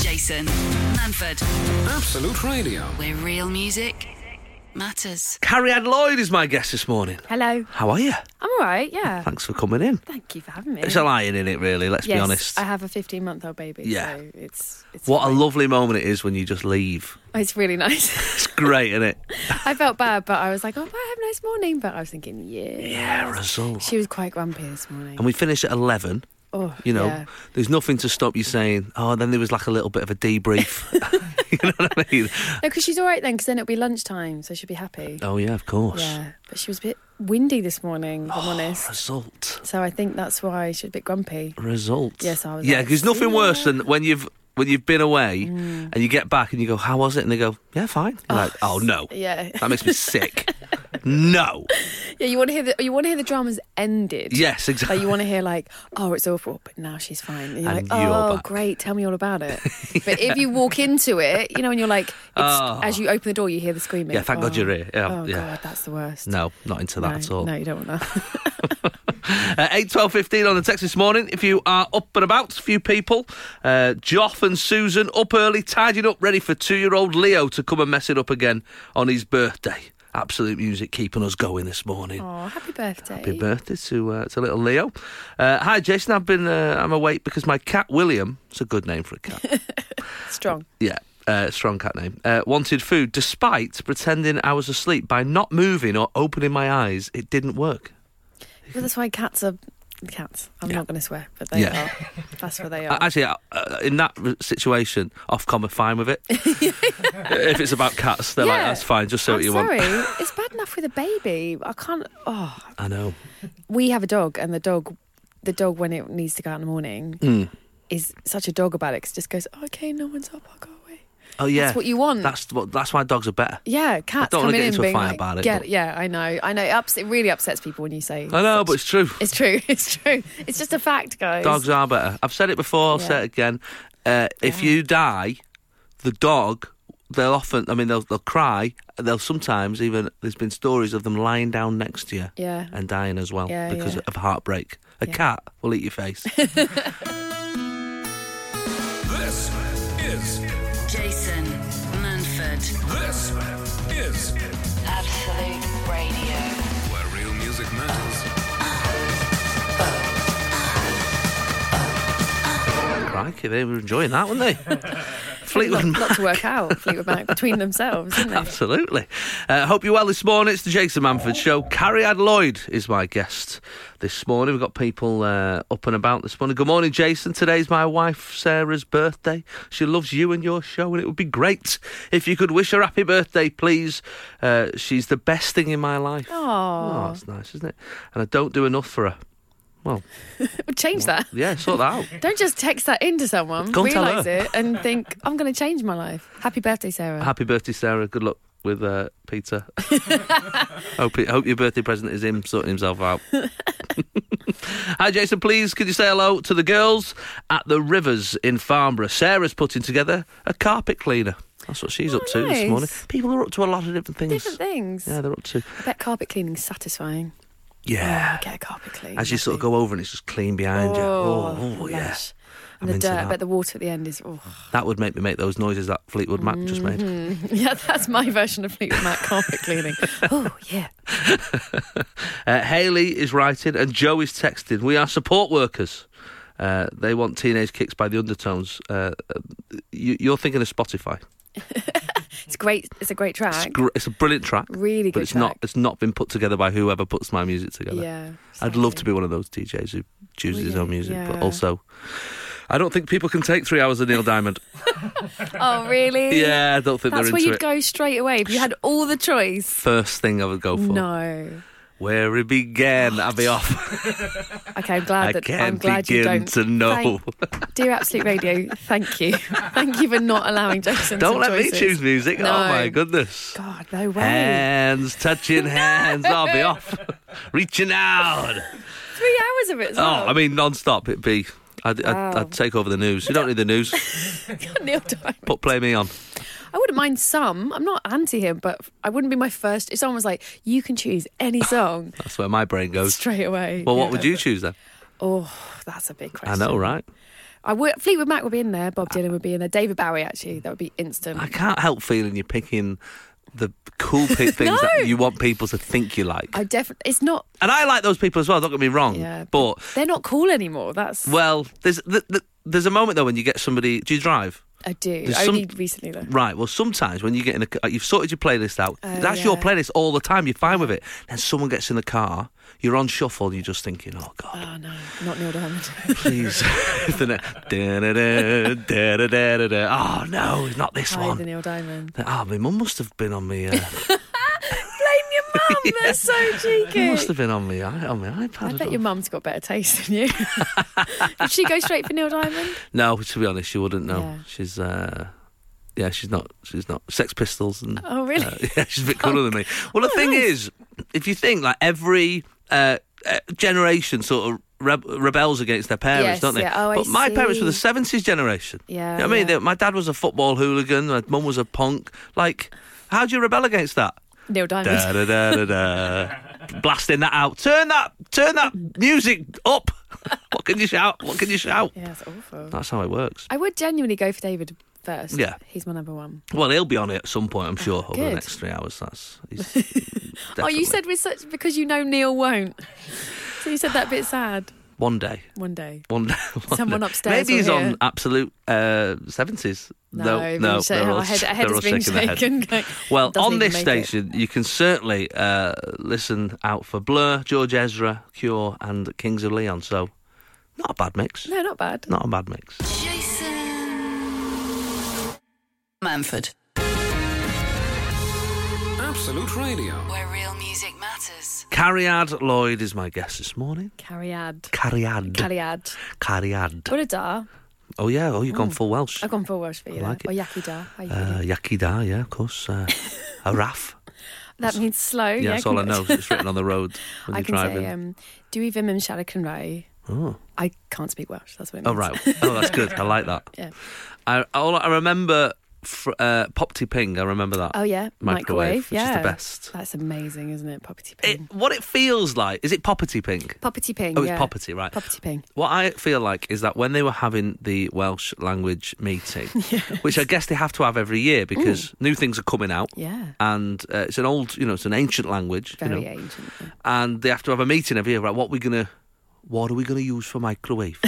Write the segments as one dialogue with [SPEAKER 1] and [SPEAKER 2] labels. [SPEAKER 1] Gleason. Manford,
[SPEAKER 2] Absolute Radio.
[SPEAKER 1] where real music matters.
[SPEAKER 3] Carrie Ann Lloyd is my guest this morning.
[SPEAKER 4] Hello.
[SPEAKER 3] How are you?
[SPEAKER 4] I'm all right, yeah.
[SPEAKER 3] Thanks for coming in.
[SPEAKER 4] Um, uh, Thank you for having me.
[SPEAKER 3] It's a lion in it, really. Let's
[SPEAKER 4] yes,
[SPEAKER 3] be honest.
[SPEAKER 4] I have a 15 month old baby.
[SPEAKER 3] Yeah.
[SPEAKER 4] So it's, it's
[SPEAKER 3] what a
[SPEAKER 4] fine.
[SPEAKER 3] lovely moment it is when you just leave.
[SPEAKER 4] It's really nice.
[SPEAKER 3] It's great, isn't it?
[SPEAKER 4] I felt bad, but I was like, oh, but I have a nice morning. But I was thinking, yeah.
[SPEAKER 3] Yeah, result.
[SPEAKER 4] She was quite grumpy this morning.
[SPEAKER 3] And we finish at eleven.
[SPEAKER 4] oh,
[SPEAKER 3] You know,
[SPEAKER 4] yeah.
[SPEAKER 3] there's nothing to stop you saying. Oh, then there was like a little bit of a debrief. you know what I mean?
[SPEAKER 4] No, because she's all right then, because then it'll be lunchtime, so she'll be happy.
[SPEAKER 3] Oh yeah, of course.
[SPEAKER 4] Yeah. But she was a bit windy this morning, if
[SPEAKER 3] Oh.
[SPEAKER 4] I'm honest.
[SPEAKER 3] Result.
[SPEAKER 4] So I think that's why she's a bit grumpy.
[SPEAKER 3] Result.
[SPEAKER 4] Yes, I was
[SPEAKER 3] Yeah,
[SPEAKER 4] like, Mm.
[SPEAKER 3] there's nothing
[SPEAKER 4] "See
[SPEAKER 3] worse
[SPEAKER 4] ya."
[SPEAKER 3] than when you've when you've been away and you get back and you go, "How was it?" And they go, "Yeah, fine." You're like, "Oh no,
[SPEAKER 4] Yeah.
[SPEAKER 3] that makes me sick." no.
[SPEAKER 4] Yeah, you want to hear the you want to hear the drama's ended.
[SPEAKER 3] Yes,
[SPEAKER 4] Like
[SPEAKER 3] exactly.
[SPEAKER 4] you want to hear like, oh, it's awful, but now she's fine. And you're
[SPEAKER 3] And
[SPEAKER 4] like,
[SPEAKER 3] you're
[SPEAKER 4] oh,
[SPEAKER 3] back.
[SPEAKER 4] great, tell me all about it. But if you walk into it, you know, and you're like, it's,
[SPEAKER 3] Oh.
[SPEAKER 4] as you open the door, you hear the screaming.
[SPEAKER 3] Yeah, thank God you're here. Yeah,
[SPEAKER 4] oh
[SPEAKER 3] yeah.
[SPEAKER 4] God, that's the worst.
[SPEAKER 3] No, not into
[SPEAKER 4] no,
[SPEAKER 3] that at all.
[SPEAKER 4] No, you don't want that.
[SPEAKER 3] Uh, 8, 12, 15 on the text this morning. If you are up and about, few people, uh, Joff and Susan up early, tidying up, ready for two year old Leo to come and mess it up again on his birthday. Absolute music keeping us going this morning.
[SPEAKER 4] oh, happy birthday.
[SPEAKER 3] Happy birthday to uh, to little Leo. Uh, hi, Jason. I've been uh, I'm awake because my cat William. It's a good name for a cat.
[SPEAKER 4] Strong.
[SPEAKER 3] yeah, uh, strong cat name. Uh, wanted food despite pretending I was asleep by not moving or opening my eyes. It didn't work.
[SPEAKER 4] Well, that's why cats are cats. I'm not going to swear, but they
[SPEAKER 3] Yeah.
[SPEAKER 4] are. That's what they
[SPEAKER 3] Uh,
[SPEAKER 4] are.
[SPEAKER 3] Actually, uh, uh, in that r- situation, Ofcom are fine with it. if it's about cats, they're like,
[SPEAKER 4] Yeah.
[SPEAKER 3] that's fine, just say
[SPEAKER 4] I'm
[SPEAKER 3] what you
[SPEAKER 4] sorry.
[SPEAKER 3] want.
[SPEAKER 4] it's bad enough with a baby. I can't. Oh,
[SPEAKER 3] I know.
[SPEAKER 4] we have a dog, and the dog, the dog when it needs to go out in the morning,
[SPEAKER 3] Mm.
[SPEAKER 4] is such a dog about it 'cause it just goes, "Oh, okay, no one's up, I'll go away.
[SPEAKER 3] Oh, yeah.
[SPEAKER 4] what you want.
[SPEAKER 3] That's, what, that's why dogs are better.
[SPEAKER 4] Yeah, cats
[SPEAKER 3] don't wanna
[SPEAKER 4] coming
[SPEAKER 3] get
[SPEAKER 4] in
[SPEAKER 3] into a
[SPEAKER 4] being
[SPEAKER 3] fight
[SPEAKER 4] like,
[SPEAKER 3] about it,
[SPEAKER 4] "Get
[SPEAKER 3] but-
[SPEAKER 4] yeah, I know, I know. It, ups, it really upsets people when you say.
[SPEAKER 3] I know,
[SPEAKER 4] such-
[SPEAKER 3] but it's true.
[SPEAKER 4] it's true. It's true. It's just a fact, guys.
[SPEAKER 3] Dogs are better. I've said it before, I'll say
[SPEAKER 4] Yeah.
[SPEAKER 3] it again. Uh, if you die, the dog, they'll often, I mean, they'll, they'll cry. They'll sometimes even, there's been stories of them lying down next to you
[SPEAKER 4] Yeah.
[SPEAKER 3] and dying as well
[SPEAKER 4] Yeah,
[SPEAKER 3] because
[SPEAKER 4] yeah.
[SPEAKER 3] of heartbreak. A
[SPEAKER 4] Yeah.
[SPEAKER 3] cat will eat your face.
[SPEAKER 2] This is
[SPEAKER 1] Jason Manford,
[SPEAKER 2] this is
[SPEAKER 1] Absolute Radio.
[SPEAKER 2] where real music matters.
[SPEAKER 3] Crikey, they were enjoying that, weren't they? Fleetwood
[SPEAKER 4] Not,
[SPEAKER 3] Mac.
[SPEAKER 4] not to work out Fleetwood Mac between themselves, isn't it?
[SPEAKER 3] Absolutely. Uh, hope you're well this morning. It's the Jason Manford Show. Carrie Ad Lloyd is my guest this morning. We've got people uh, up and about this morning. Good morning, Jason. Today's my wife Sarah's birthday. She loves you and your show, and it would be great if you could wish her happy birthday, please. Uh, she's the best thing in my life. Oh,
[SPEAKER 4] Oh,
[SPEAKER 3] that's nice, isn't it? And I don't do enough for her. Well,
[SPEAKER 4] change that.
[SPEAKER 3] yeah, sort that out.
[SPEAKER 4] Don't just text that into someone.
[SPEAKER 3] Go and tell
[SPEAKER 4] realize
[SPEAKER 3] her.
[SPEAKER 4] it and think, I'm going to change my life. Happy birthday, Sarah.
[SPEAKER 3] Happy birthday, Sarah. Good luck with uh, Peter. hope, hope your birthday present is him sorting himself out. Hi, Jason. Please, could you say hello to the girls at the Rivers in Farnborough? Sarah's putting together a carpet cleaner. That's what she's
[SPEAKER 4] Oh,
[SPEAKER 3] up to this
[SPEAKER 4] nice.
[SPEAKER 3] morning. People are up to a lot of different things.
[SPEAKER 4] Different things.
[SPEAKER 3] Yeah, they're up to.
[SPEAKER 4] I bet carpet cleaning's satisfying.
[SPEAKER 3] Yeah.
[SPEAKER 4] Oh, get a carpet clean.
[SPEAKER 3] As you sort of
[SPEAKER 4] lovely.
[SPEAKER 3] go over and it's just clean behind you. Oh, oh yeah.
[SPEAKER 4] lush.
[SPEAKER 3] I'm
[SPEAKER 4] And the
[SPEAKER 3] into
[SPEAKER 4] dirt,
[SPEAKER 3] that.
[SPEAKER 4] but the water at the end is. Oh.
[SPEAKER 3] That would make me make those noises that Fleetwood Mac just
[SPEAKER 4] Mm.
[SPEAKER 3] made.
[SPEAKER 4] Mm-hmm. Yeah, that's my version of Fleetwood Mac carpet cleaning. Oh, yeah.
[SPEAKER 3] Uh, Haley is writing and Joe is texting. We are support workers. Uh, they want Teenage Kicks by the Undertones. Uh, uh, you, you're thinking of Spotify.
[SPEAKER 4] It's great. It's a great
[SPEAKER 3] It's,
[SPEAKER 4] track.
[SPEAKER 3] gr- it's a brilliant track,
[SPEAKER 4] really
[SPEAKER 3] but
[SPEAKER 4] good
[SPEAKER 3] it's
[SPEAKER 4] track.
[SPEAKER 3] not. It's not been put together by whoever puts my music together.
[SPEAKER 4] yeah.
[SPEAKER 3] I'd love to be one of those DJs who chooses his own
[SPEAKER 4] Really?
[SPEAKER 3] music, but
[SPEAKER 4] Yeah.
[SPEAKER 3] also, I don't think people can take three hours of Neil Diamond.
[SPEAKER 4] Oh, really?
[SPEAKER 3] yeah, I don't think
[SPEAKER 4] That's
[SPEAKER 3] they're
[SPEAKER 4] where
[SPEAKER 3] into
[SPEAKER 4] you'd
[SPEAKER 3] it.
[SPEAKER 4] go straight away if you had all the choice.
[SPEAKER 3] First thing I would go for.
[SPEAKER 4] No.
[SPEAKER 3] Where it began, I'll be off.
[SPEAKER 4] Okay, I'm
[SPEAKER 3] I
[SPEAKER 4] glad Ah, that I'm
[SPEAKER 3] can't
[SPEAKER 4] glad you
[SPEAKER 3] begin
[SPEAKER 4] don't.
[SPEAKER 3] to know.
[SPEAKER 4] Thank- dear Absolute Radio, thank you, thank you for not allowing Jason.
[SPEAKER 3] don't
[SPEAKER 4] some
[SPEAKER 3] let me
[SPEAKER 4] choices.
[SPEAKER 3] choose Uh, music.
[SPEAKER 4] No.
[SPEAKER 3] Oh my goodness.
[SPEAKER 4] God, no way.
[SPEAKER 3] Hands touching hands. I'll be off. Reaching out.
[SPEAKER 4] Three hours of it. As
[SPEAKER 3] Oh,
[SPEAKER 4] well.
[SPEAKER 3] I mean, non stop. It'd be. I'd,
[SPEAKER 4] Wow.
[SPEAKER 3] I'd, I'd take over the news. You don't need the news.
[SPEAKER 4] Neil Diamond.
[SPEAKER 3] Put play me on.
[SPEAKER 4] I wouldn't mind some. I'm not anti him, but I wouldn't be my first. If someone was like, "You can choose any song,"
[SPEAKER 3] That's where my brain goes.
[SPEAKER 4] straight away.
[SPEAKER 3] Well, what
[SPEAKER 4] Yeah.
[SPEAKER 3] would you choose then?
[SPEAKER 4] Oh, that's a big
[SPEAKER 3] I
[SPEAKER 4] question.
[SPEAKER 3] know, right? Uh,
[SPEAKER 4] I would Fleetwood Mac would be in there. Bob Dylan would be in there. David Bowie actually, that would be instant.
[SPEAKER 3] I can't help feeling you're picking the cool pick things
[SPEAKER 4] No.
[SPEAKER 3] that you want people to think you like.
[SPEAKER 4] I definitely. It's not.
[SPEAKER 3] and I like those people as well. Don't get me wrong.
[SPEAKER 4] Yeah.
[SPEAKER 3] But
[SPEAKER 4] They're not cool anymore. That's
[SPEAKER 3] well, there's th th there's a moment though when you get somebody. Do you drive?
[SPEAKER 4] I do.
[SPEAKER 3] there's
[SPEAKER 4] Only
[SPEAKER 3] some-
[SPEAKER 4] recently though.
[SPEAKER 3] Right. Well, sometimes when you get in a, ca- you've sorted your playlist out.
[SPEAKER 4] Oh,
[SPEAKER 3] that's your
[SPEAKER 4] yeah.
[SPEAKER 3] playlist all the time. You're fine with it. Then someone gets in the car. You're on shuffle. and You're just thinking, oh god.
[SPEAKER 4] Oh no, not Neil Diamond.
[SPEAKER 3] please. The ne- da-da-da, da-da-da-da-da. Oh no, not this
[SPEAKER 4] Hi, the
[SPEAKER 3] one.
[SPEAKER 4] Neil Diamond.
[SPEAKER 3] Ah, my mum must have been on me. Uh,
[SPEAKER 4] Blame your mum. That's so cheeky.
[SPEAKER 3] must have been on me i- on my iPad.
[SPEAKER 4] I
[SPEAKER 3] or
[SPEAKER 4] bet your
[SPEAKER 3] something.
[SPEAKER 4] mum's got better taste than you. Would she go straight for Neil Diamond?
[SPEAKER 3] No, to be honest, she wouldn't know.
[SPEAKER 4] Yeah.
[SPEAKER 3] She's uh, yeah, she's not. She's not. Sex Pistols and
[SPEAKER 4] Oh, really?
[SPEAKER 3] uh, yeah, she's a bit cooler than me. Well, the
[SPEAKER 4] Oh,
[SPEAKER 3] thing
[SPEAKER 4] nice.
[SPEAKER 3] is, if you think like every uh, uh, generation sort of. Reb- rebels against their parents,
[SPEAKER 4] Yes,
[SPEAKER 3] don't they?
[SPEAKER 4] yeah. Oh, I
[SPEAKER 3] but my parents were the
[SPEAKER 4] see.
[SPEAKER 3] seventies generation.
[SPEAKER 4] Yeah,
[SPEAKER 3] you know what I mean,
[SPEAKER 4] yeah.
[SPEAKER 3] They- my dad was a football hooligan. My mum was a punk. Like, how do you rebel against that?
[SPEAKER 4] Neil Diamond.
[SPEAKER 3] da, da, da, da, da. Blasting that out. Turn that turn that music up. What can you shout? What can you shout?
[SPEAKER 4] Yeah, it's awful.
[SPEAKER 3] That's how it works.
[SPEAKER 4] I would genuinely go for David first.
[SPEAKER 3] Yeah.
[SPEAKER 4] He's my number one.
[SPEAKER 3] Well, he'll be on it at some point, I'm sure, over the
[SPEAKER 4] Ah, good.
[SPEAKER 3] next three hours. That's. He's
[SPEAKER 4] Oh,
[SPEAKER 3] definitely-
[SPEAKER 4] you said with such because you know Neil won't. So you said that bit sad.
[SPEAKER 3] one day.
[SPEAKER 4] One day.
[SPEAKER 3] One day. one
[SPEAKER 4] Someone
[SPEAKER 3] day.
[SPEAKER 4] upstairs
[SPEAKER 3] Maybe
[SPEAKER 4] will
[SPEAKER 3] he's
[SPEAKER 4] hear.
[SPEAKER 3] on absolute uh, seventies.
[SPEAKER 4] No,
[SPEAKER 3] no,
[SPEAKER 4] we've
[SPEAKER 3] no.
[SPEAKER 4] said
[SPEAKER 3] they're
[SPEAKER 4] how
[SPEAKER 3] all-
[SPEAKER 4] our head, our head
[SPEAKER 3] they're
[SPEAKER 4] has
[SPEAKER 3] all
[SPEAKER 4] been
[SPEAKER 3] shaking their head.
[SPEAKER 4] shaken. going,
[SPEAKER 3] Well,
[SPEAKER 4] doesn't
[SPEAKER 3] on
[SPEAKER 4] even
[SPEAKER 3] this
[SPEAKER 4] make it.
[SPEAKER 3] station, you can certainly uh, listen out for Blur, George Ezra, Cure, and Kings of Leon. So, not a bad mix.
[SPEAKER 4] No, not bad.
[SPEAKER 3] Not a bad mix.
[SPEAKER 1] Jason Manford,
[SPEAKER 2] Absolute Radio.
[SPEAKER 1] where real music matters.
[SPEAKER 3] Carriad Lloyd is my guest this morning.
[SPEAKER 4] Cariad.
[SPEAKER 3] Carriad.
[SPEAKER 4] Cariad.
[SPEAKER 3] Carriad.
[SPEAKER 4] What a da.
[SPEAKER 3] Oh, yeah. Oh, you've gone full Welsh.
[SPEAKER 4] I've gone for Welsh for you.
[SPEAKER 3] like
[SPEAKER 4] there.
[SPEAKER 3] it.
[SPEAKER 4] Or Yaki da. How you
[SPEAKER 3] Uh,
[SPEAKER 4] feeling?
[SPEAKER 3] Yaki da, yeah, of course. Uh, a raff.
[SPEAKER 4] that means slow.
[SPEAKER 3] Yeah, that's all I know. It's written on the road when
[SPEAKER 4] Oh, I
[SPEAKER 3] you're
[SPEAKER 4] can
[SPEAKER 3] driving.
[SPEAKER 4] say, um, Dwi ddim yn siarad Cymraeg.
[SPEAKER 3] oh.
[SPEAKER 4] I can't speak Welsh. That's what it
[SPEAKER 3] oh,
[SPEAKER 4] means.
[SPEAKER 3] right. Oh, that's good. I like that.
[SPEAKER 4] Yeah.
[SPEAKER 3] I, all I remember fr- uh, Popty Ping. I remember that.
[SPEAKER 4] Oh, yeah.
[SPEAKER 3] Microwave,
[SPEAKER 4] Microwave.
[SPEAKER 3] which is the
[SPEAKER 4] yeah.
[SPEAKER 3] best.
[SPEAKER 4] That's amazing, isn't it? Poppity ping.
[SPEAKER 3] It, what it feels like is it Poppity Ping?
[SPEAKER 4] Poppity ping.
[SPEAKER 3] Oh, it's
[SPEAKER 4] yeah.
[SPEAKER 3] Poppity, right?
[SPEAKER 4] Poppity ping.
[SPEAKER 3] What I feel like is that when they were having the Welsh language meeting, which I guess they have to have every year because new things are coming out,
[SPEAKER 4] Yeah.
[SPEAKER 3] and uh, it's an old, you know, it's an ancient language,
[SPEAKER 4] Very
[SPEAKER 3] you know,
[SPEAKER 4] ancient. yeah.
[SPEAKER 3] and they have to have a meeting every year. Right, what are we gonna, what are we gonna use for microwave?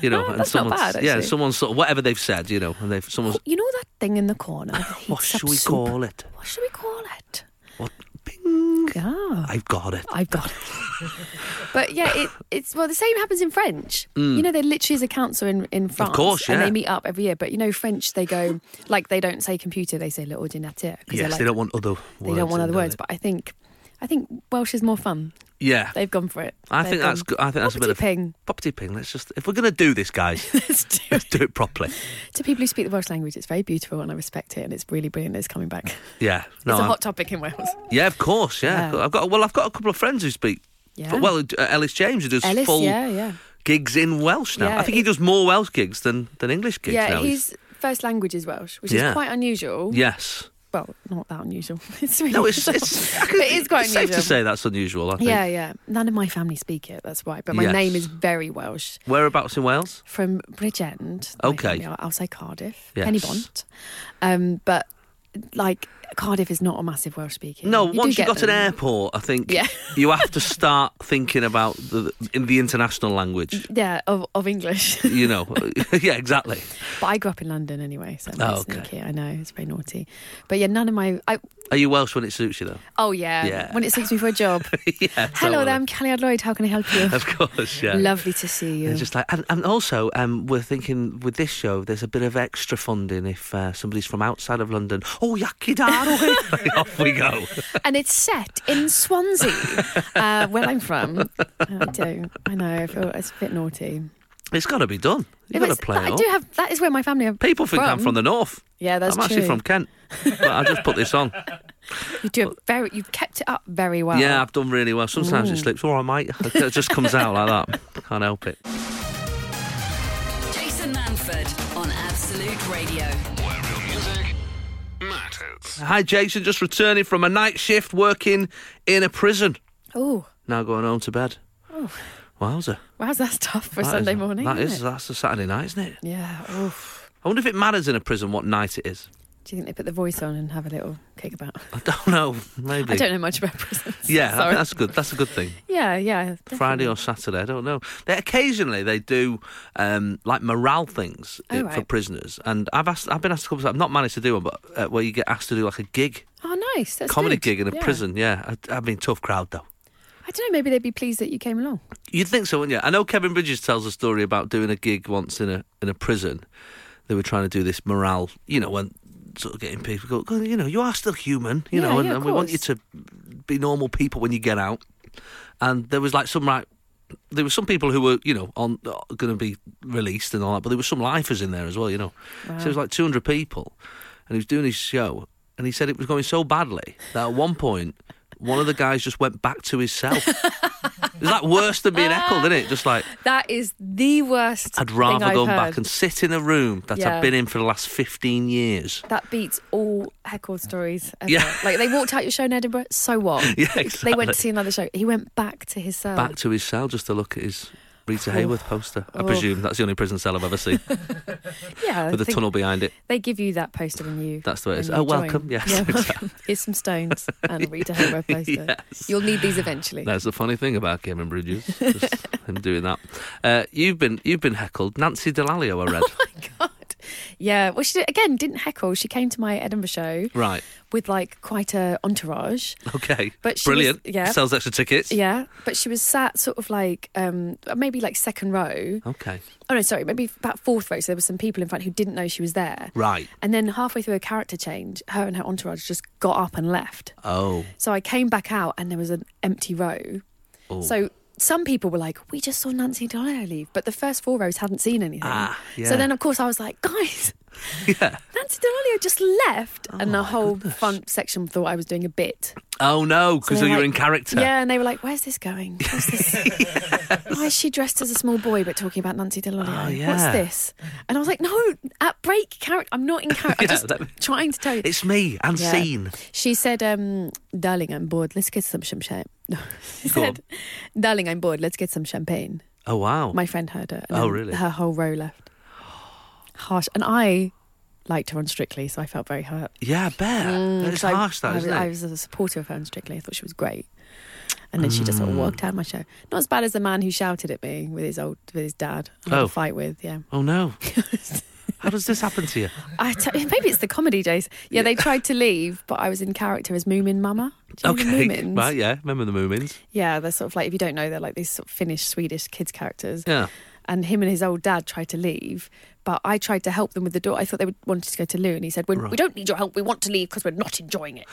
[SPEAKER 3] you know, and
[SPEAKER 4] That's not
[SPEAKER 3] someone's
[SPEAKER 4] bad,
[SPEAKER 3] yeah,
[SPEAKER 4] actually.
[SPEAKER 3] someone's sort of, whatever they've said, you know, and they've someone's
[SPEAKER 4] Oh, You know that thing in the corner? that heats
[SPEAKER 3] what
[SPEAKER 4] up
[SPEAKER 3] should we
[SPEAKER 4] soup?
[SPEAKER 3] call it?
[SPEAKER 4] What should we call it?
[SPEAKER 3] What ping?
[SPEAKER 4] Yeah.
[SPEAKER 3] I've got it.
[SPEAKER 4] I've got it. but yeah, it, it's well the same happens in French.
[SPEAKER 3] Mm.
[SPEAKER 4] You know, there literally is a council in in France,
[SPEAKER 3] Hmm. course,
[SPEAKER 4] and
[SPEAKER 3] yeah.
[SPEAKER 4] they meet up every year. But you know, French they go like they don't say computer, they say l'ordinateur because
[SPEAKER 3] Yes,
[SPEAKER 4] like,
[SPEAKER 3] they don't want other. words
[SPEAKER 4] they don't want
[SPEAKER 3] in,
[SPEAKER 4] other
[SPEAKER 3] do
[SPEAKER 4] words.
[SPEAKER 3] they?
[SPEAKER 4] But I think I think Welsh is more fun.
[SPEAKER 3] yeah,
[SPEAKER 4] They've gone for it.
[SPEAKER 3] I
[SPEAKER 4] They've
[SPEAKER 3] think that's
[SPEAKER 4] gone,
[SPEAKER 3] good. I think that's a bit of
[SPEAKER 4] "Poppity ping.
[SPEAKER 3] Poppity ping. Let's just if we're gonna do this, guys,
[SPEAKER 4] Let's do it.
[SPEAKER 3] let's do it properly.
[SPEAKER 4] To people who speak the Welsh language, it's very beautiful and I respect it, and it's really brilliant. that It's coming back.
[SPEAKER 3] Yeah,
[SPEAKER 4] it's a
[SPEAKER 3] I'm-
[SPEAKER 4] hot topic in Wales.
[SPEAKER 3] yeah, of course. Yeah,
[SPEAKER 4] Yeah.
[SPEAKER 3] I've got well, I've got a couple of friends who speak.
[SPEAKER 4] Yeah.
[SPEAKER 3] Well, uh, Ellis James who does
[SPEAKER 4] Ellis,
[SPEAKER 3] full
[SPEAKER 4] yeah, yeah,
[SPEAKER 3] gigs in Welsh now.
[SPEAKER 4] Yeah,
[SPEAKER 3] I think he
[SPEAKER 4] it-
[SPEAKER 3] does more Welsh gigs than than English gigs
[SPEAKER 4] yeah.
[SPEAKER 3] now. He's-
[SPEAKER 4] His first language is Welsh, which
[SPEAKER 3] Yeah.
[SPEAKER 4] is quite unusual.
[SPEAKER 3] yes.
[SPEAKER 4] Well, not that unusual. it's really
[SPEAKER 3] No, it's
[SPEAKER 4] bizarre.
[SPEAKER 3] it's,
[SPEAKER 4] But it is quite
[SPEAKER 3] it's
[SPEAKER 4] unusual.
[SPEAKER 3] safe to say that's unusual. I think.
[SPEAKER 4] Yeah, yeah. None of my family speak it. That's why. But my
[SPEAKER 3] Yes.
[SPEAKER 4] name is very Welsh.
[SPEAKER 3] Whereabouts in Wales?
[SPEAKER 4] From Bridgend. my
[SPEAKER 3] Okay.
[SPEAKER 4] family are outside Cardiff,
[SPEAKER 3] Yes.
[SPEAKER 4] Pennybont. Um, but like Cardiff is not a massive Welsh speaking.
[SPEAKER 3] No,
[SPEAKER 4] You do
[SPEAKER 3] once you've
[SPEAKER 4] get
[SPEAKER 3] got an
[SPEAKER 4] them.
[SPEAKER 3] airport, I think
[SPEAKER 4] Yeah.
[SPEAKER 3] you have to start thinking about the in the international language.
[SPEAKER 4] Yeah, of, of English.
[SPEAKER 3] You know, yeah, exactly.
[SPEAKER 4] but I grew up in London anyway, so I'm
[SPEAKER 3] Oh,
[SPEAKER 4] very
[SPEAKER 3] okay.
[SPEAKER 4] sneaky. I know it's very naughty. But yeah, none of my. I,
[SPEAKER 3] Are you Welsh when it suits you, though?
[SPEAKER 4] oh yeah,
[SPEAKER 3] Yeah.
[SPEAKER 4] when it suits me for a job.
[SPEAKER 3] yeah.
[SPEAKER 4] Hello
[SPEAKER 3] totally.
[SPEAKER 4] there, I'm Kelly Ad Lloyd. How can I help you?
[SPEAKER 3] Of course, yeah.
[SPEAKER 4] Lovely to see you.
[SPEAKER 3] And just like, and, and also, um, we're thinking with this show, there's a bit of extra funding if uh, somebody's from outside of London. Oh, yucky dad, off we go.
[SPEAKER 4] and it's set in Swansea, uh, where I'm from. I do. I know. I feel it's a bit naughty.
[SPEAKER 3] It's got to be done. You've
[SPEAKER 4] But
[SPEAKER 3] got to
[SPEAKER 4] it's-
[SPEAKER 3] play it
[SPEAKER 4] I
[SPEAKER 3] up.
[SPEAKER 4] do have. That is where my family are.
[SPEAKER 3] People think I'm from the north.
[SPEAKER 4] Yeah, that's
[SPEAKER 3] I'm actually
[SPEAKER 4] true.
[SPEAKER 3] from Kent, but I just put this on.
[SPEAKER 4] You do it very. You've kept it up very well.
[SPEAKER 3] Yeah, I've done really well. Sometimes it slips. All right, mate. It just comes out like that. Can't help it.
[SPEAKER 1] Jason Manford on Absolute Radio.
[SPEAKER 2] Where real music matters.
[SPEAKER 3] Hi, Jason. Just returning from a night shift working in a prison.
[SPEAKER 4] Oh,
[SPEAKER 3] Now going home to bed. Wowza.
[SPEAKER 4] Wow, that's tough for
[SPEAKER 3] That is-
[SPEAKER 4] Sunday morning.
[SPEAKER 3] That
[SPEAKER 4] isn't
[SPEAKER 3] is,
[SPEAKER 4] it?
[SPEAKER 3] that's a Saturday night, isn't it?
[SPEAKER 4] Yeah. Oof.
[SPEAKER 3] I wonder if it matters in a prison what night it is.
[SPEAKER 4] Do you think they put the voice on and have a little kick about?
[SPEAKER 3] I don't know. Maybe.
[SPEAKER 4] I don't know much about prisons.
[SPEAKER 3] yeah, I think
[SPEAKER 4] Sorry.
[SPEAKER 3] that's good. That's a good thing.
[SPEAKER 4] yeah, yeah.
[SPEAKER 3] Friday
[SPEAKER 4] definitely.
[SPEAKER 3] or Saturday, I don't know. They occasionally they do um, like morale things
[SPEAKER 4] Oh,
[SPEAKER 3] uh, for
[SPEAKER 4] right.
[SPEAKER 3] prisoners, and I've asked, I've been asked a couple of times. I've not managed to do one, but uh, where you get asked to do like a gig,
[SPEAKER 4] Oh, nice. That's
[SPEAKER 3] comedy
[SPEAKER 4] good.
[SPEAKER 3] gig in a
[SPEAKER 4] Yeah.
[SPEAKER 3] prison. Yeah, I, I mean, tough crowd though.
[SPEAKER 4] I don't know. Maybe they'd be pleased that you came along.
[SPEAKER 3] You'd think so, wouldn't you? I know Kevin Bridges tells a story about doing a gig once in a in a prison. They were trying to do this morale, you know, when sort of getting people go, "Go, you know, you are still human, you
[SPEAKER 4] Yeah,
[SPEAKER 3] know, and,
[SPEAKER 4] yeah, of
[SPEAKER 3] and we want you to
[SPEAKER 4] course.
[SPEAKER 3] be normal people when you get out. And there was like some right. There were some people who were, you know, on going to be released and all that, but there were some lifers in there as well, you know. So it was like 200 people, and he was doing his show, and he said it was going so badly that at one point, one of the guys just went back to his cell. It's like worse than being heckled, isn't it? Just like
[SPEAKER 4] That is the worst.
[SPEAKER 3] I'd
[SPEAKER 4] thing
[SPEAKER 3] rather
[SPEAKER 4] I've
[SPEAKER 3] go
[SPEAKER 4] heard.
[SPEAKER 3] back and sit in a room that
[SPEAKER 4] Yeah.
[SPEAKER 3] I've been in for the last 15 years.
[SPEAKER 4] That beats all heckle stories. Ever.
[SPEAKER 3] Yeah.
[SPEAKER 4] Like they walked out your show in Edinburgh, so what?
[SPEAKER 3] Yeah,
[SPEAKER 4] They went
[SPEAKER 3] exactly.
[SPEAKER 4] to see another show. He went back to his cell.
[SPEAKER 3] Back to his cell just to look at his Rita Hayworth poster. I
[SPEAKER 4] Oh.
[SPEAKER 3] presume that's the only prison cell I've ever seen
[SPEAKER 4] yeah. I
[SPEAKER 3] with a
[SPEAKER 4] think
[SPEAKER 3] tunnel behind it.
[SPEAKER 4] They give you that poster when you.
[SPEAKER 3] That's the way it
[SPEAKER 4] when
[SPEAKER 3] is.
[SPEAKER 4] you
[SPEAKER 3] Oh,
[SPEAKER 4] join.
[SPEAKER 3] welcome. Yes.
[SPEAKER 4] Yeah,
[SPEAKER 3] exactly.
[SPEAKER 4] welcome. Here's some stones and a Rita Hayworth poster.
[SPEAKER 3] Yes.
[SPEAKER 4] You'll need these eventually.
[SPEAKER 3] That's the funny thing about Cameron Bridges, just him doing that. Uh, you've been you've been heckled, Nancy Delalio. I read.
[SPEAKER 4] God. Yeah. Well, she again didn't heckle. She came to my Edinburgh show
[SPEAKER 3] right,
[SPEAKER 4] with like quite a entourage.
[SPEAKER 3] okay,
[SPEAKER 4] But she was-
[SPEAKER 3] brilliant.
[SPEAKER 4] yeah.
[SPEAKER 3] sells extra tickets.
[SPEAKER 4] Yeah, but she was sat sort of like um maybe like second row.
[SPEAKER 3] Okay,
[SPEAKER 4] Oh no, sorry, maybe about fourth row. So there were some people in front who didn't know she was there.
[SPEAKER 3] right.
[SPEAKER 4] And then halfway through her character change, her and her entourage just got up and left.
[SPEAKER 3] Oh,
[SPEAKER 4] So I came back out and there was an empty row.
[SPEAKER 3] oh.
[SPEAKER 4] So some people were like, "We just saw Nancy Dyer leave," but the first four rows hadn't seen anything.
[SPEAKER 3] Ah, yeah.
[SPEAKER 4] um, So then, of course, I was like, "Guys,
[SPEAKER 3] yeah.
[SPEAKER 4] Nancy Dyer just left," and the whole front section thought I was doing a bit.
[SPEAKER 3] Oh no,
[SPEAKER 4] So
[SPEAKER 3] because
[SPEAKER 4] they're
[SPEAKER 3] you're
[SPEAKER 4] like-
[SPEAKER 3] in character.
[SPEAKER 4] Yeah, and they were like, "Where's this going? What's this? Why is she dressed as a small boy but talking about Nancy Dell'Olio?
[SPEAKER 3] Oh,
[SPEAKER 4] What's
[SPEAKER 3] yeah.
[SPEAKER 4] this?" And I was like, "No, at break character. I'm not in character.
[SPEAKER 3] Yeah,
[SPEAKER 4] I'm just
[SPEAKER 3] that-
[SPEAKER 4] trying to tell you."
[SPEAKER 3] It's me,
[SPEAKER 4] Yeah.
[SPEAKER 3] unseen.
[SPEAKER 4] She said, um, "Darling, I'm bored. Let's get some champagne." No, she
[SPEAKER 3] Go
[SPEAKER 4] said, "Darling, I'm bored. Let's get some champagne."
[SPEAKER 3] Oh wow.
[SPEAKER 4] My friend heard her. And
[SPEAKER 3] Oh,
[SPEAKER 4] then
[SPEAKER 3] really?
[SPEAKER 4] Her whole row left. Harsh. And I liked her on Strictly, so I felt very hurt.
[SPEAKER 3] yeah, I bet.
[SPEAKER 4] Mm,
[SPEAKER 3] it's
[SPEAKER 4] 'cause I-
[SPEAKER 3] harsh, that,
[SPEAKER 4] I,
[SPEAKER 3] isn't
[SPEAKER 4] was, I
[SPEAKER 3] it?
[SPEAKER 4] was a supporter of her on Strictly. I thought she was great. And then she just sort
[SPEAKER 3] Mm.
[SPEAKER 4] of walked out of my show. Not as bad as the man who shouted at me with his old with his dad. I had
[SPEAKER 3] Oh.
[SPEAKER 4] a fight with yeah.
[SPEAKER 3] Oh no. How does this happen to you?
[SPEAKER 4] I t- maybe it's the comedy days. Yeah, they tried to leave, but I was in character as Moomin Mama. Do you know the
[SPEAKER 3] okay.
[SPEAKER 4] Moomins?
[SPEAKER 3] Right, yeah. Remember the Moomins?
[SPEAKER 4] Yeah, they're sort of like if you don't know, they're like these sort of Finnish Swedish kids characters.
[SPEAKER 3] Yeah.
[SPEAKER 4] and him and his old dad tried to leave. But I tried to help them with the door. I thought they would- wanted to go to loo, and he said, "We, we don't need your help. We want to leave because we're not enjoying it."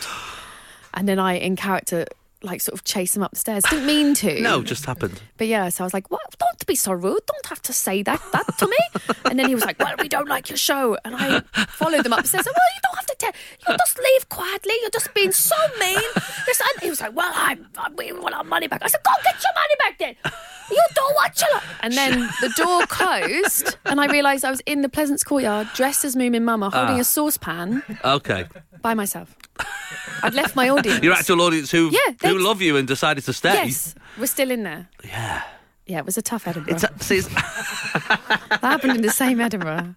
[SPEAKER 4] And then I, in character, like sort of chased him up the stairs. Didn't mean to.
[SPEAKER 3] No, just happened.
[SPEAKER 4] But yeah, so I was like, "What? Don't be so rude. Don't have to say that that to me." and then he was like, "Well, we don't like your show," and I followed them upstairs. Well, you don't have to tell. You just leave quietly. You're just being so mean. This, and he was like, "Well, I'm, I'm we want our money back." I said, "Go get your money back then." You don't want your. And then the door closed, and I realised I was in the Pleasance courtyard, dressed as Moomin Mama, holding a saucepan
[SPEAKER 3] Okay.
[SPEAKER 4] by myself. I'd left my audience.
[SPEAKER 3] Your actual audience who
[SPEAKER 4] Yeah, they-
[SPEAKER 3] who love you and decided to stay.
[SPEAKER 4] Yes, we're still in there.
[SPEAKER 3] Yeah.
[SPEAKER 4] Yeah, it was a tough Edinburgh.
[SPEAKER 3] It's, see, it's-
[SPEAKER 4] that happened in the same Edinburgh.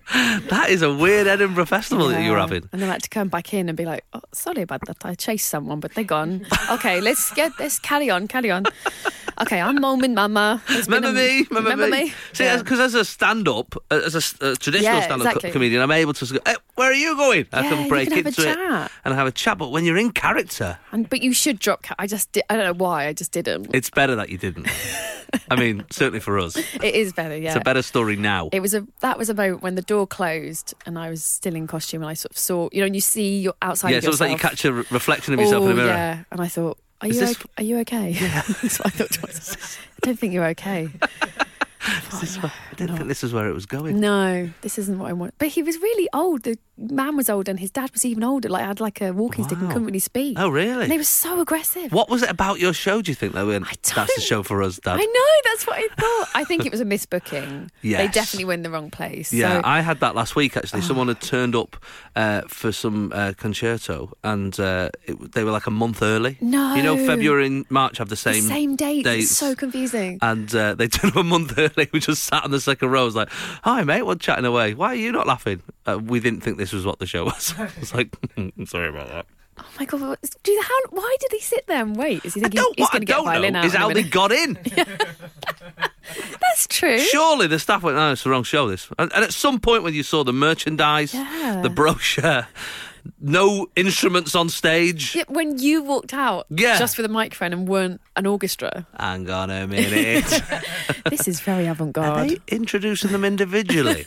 [SPEAKER 3] that is a weird Edinburgh festival that you're
[SPEAKER 4] Yeah.
[SPEAKER 3] having.
[SPEAKER 4] And then I had to come back in and be like, oh, sorry about that. I chased someone, but they're gone. okay, let's get this. Carry on, carry on. Okay, I'm Moomin Mama. It's been
[SPEAKER 3] Remember
[SPEAKER 4] a-
[SPEAKER 3] me? Remember,
[SPEAKER 4] remember me?
[SPEAKER 3] See,
[SPEAKER 4] Yeah.
[SPEAKER 3] because as a stand up, as a s- a traditional
[SPEAKER 4] Yeah,
[SPEAKER 3] stand up
[SPEAKER 4] exactly.
[SPEAKER 3] comedian, I'm able to s- go, "Eh, where are you going? I
[SPEAKER 4] Yeah,
[SPEAKER 3] can
[SPEAKER 4] you
[SPEAKER 3] break
[SPEAKER 4] can have a
[SPEAKER 3] into it
[SPEAKER 4] chat.
[SPEAKER 3] and have a chat. But when you're in character,
[SPEAKER 4] And, but you should drop. Ca- I just. Di- I don't know why. I just didn't.
[SPEAKER 3] it's better that you didn't. I mean, certainly for us. It's
[SPEAKER 4] it is better. Yeah.
[SPEAKER 3] a better story now.
[SPEAKER 4] It was a that was a moment when the door closed and I was still in costume and I sort of saw you know and you see your outside.
[SPEAKER 3] yeah,
[SPEAKER 4] of
[SPEAKER 3] it's almost like
[SPEAKER 4] yourself.
[SPEAKER 3] you catch a re- reflection of yourself
[SPEAKER 4] oh,
[SPEAKER 3] in the mirror.
[SPEAKER 4] Yeah, and I thought, are
[SPEAKER 3] Is
[SPEAKER 4] you
[SPEAKER 3] this-
[SPEAKER 4] okay? are you okay? That's what I thought. to myself. I don't think you're okay.
[SPEAKER 3] Is this where- I didn't think this is where it was going.
[SPEAKER 4] No, this isn't what I want. But he was really old. The man was old, and his dad was even older. Like had like a walking stick and
[SPEAKER 3] Wow.
[SPEAKER 4] couldn't really speak.
[SPEAKER 3] Oh, really?
[SPEAKER 4] And they were so aggressive.
[SPEAKER 3] What was it about your show? Do you think that went?
[SPEAKER 4] I
[SPEAKER 3] That's the
[SPEAKER 4] don't-
[SPEAKER 3] show for us, Dad.
[SPEAKER 4] I know. That's what I thought. I think it was a misbooking. They
[SPEAKER 3] Yes.
[SPEAKER 4] definitely went in the wrong place.
[SPEAKER 3] Yeah,
[SPEAKER 4] So,
[SPEAKER 3] I had that last week actually. Someone had turned up uh, for some uh, concerto, and uh, it, they were like a month early.
[SPEAKER 4] No.
[SPEAKER 3] you know, February and March have the
[SPEAKER 4] the
[SPEAKER 3] same
[SPEAKER 4] same date.
[SPEAKER 3] dates.
[SPEAKER 4] It's so confusing.
[SPEAKER 3] and uh, they turned up a month early. We just sat on the second row. I was like, "Hi, mate, we're chatting away. Why are you not laughing?" Uh, we didn't think this was what the show was. I was like, "Sorry about that."
[SPEAKER 4] oh my god! what- Do how? Why did he sit there and wait? Is he
[SPEAKER 3] I
[SPEAKER 4] thinking
[SPEAKER 3] don't.
[SPEAKER 4] he's
[SPEAKER 3] What I
[SPEAKER 4] going to get a
[SPEAKER 3] don't
[SPEAKER 4] violin
[SPEAKER 3] know
[SPEAKER 4] out?
[SPEAKER 3] is
[SPEAKER 4] in a
[SPEAKER 3] how they
[SPEAKER 4] minute?
[SPEAKER 3] got in.
[SPEAKER 4] That's true.
[SPEAKER 3] Surely the staff went, no, it's the wrong show, this. And, and at some point when you saw the merchandise,
[SPEAKER 4] Yeah.
[SPEAKER 3] the brochure, no instruments on stage.
[SPEAKER 4] Yeah, When you walked out,
[SPEAKER 3] Yeah.
[SPEAKER 4] just with a microphone and weren't an orchestra,
[SPEAKER 3] Hang on a minute.
[SPEAKER 4] this is very
[SPEAKER 3] Are
[SPEAKER 4] avant-garde.
[SPEAKER 3] they introducing them individually?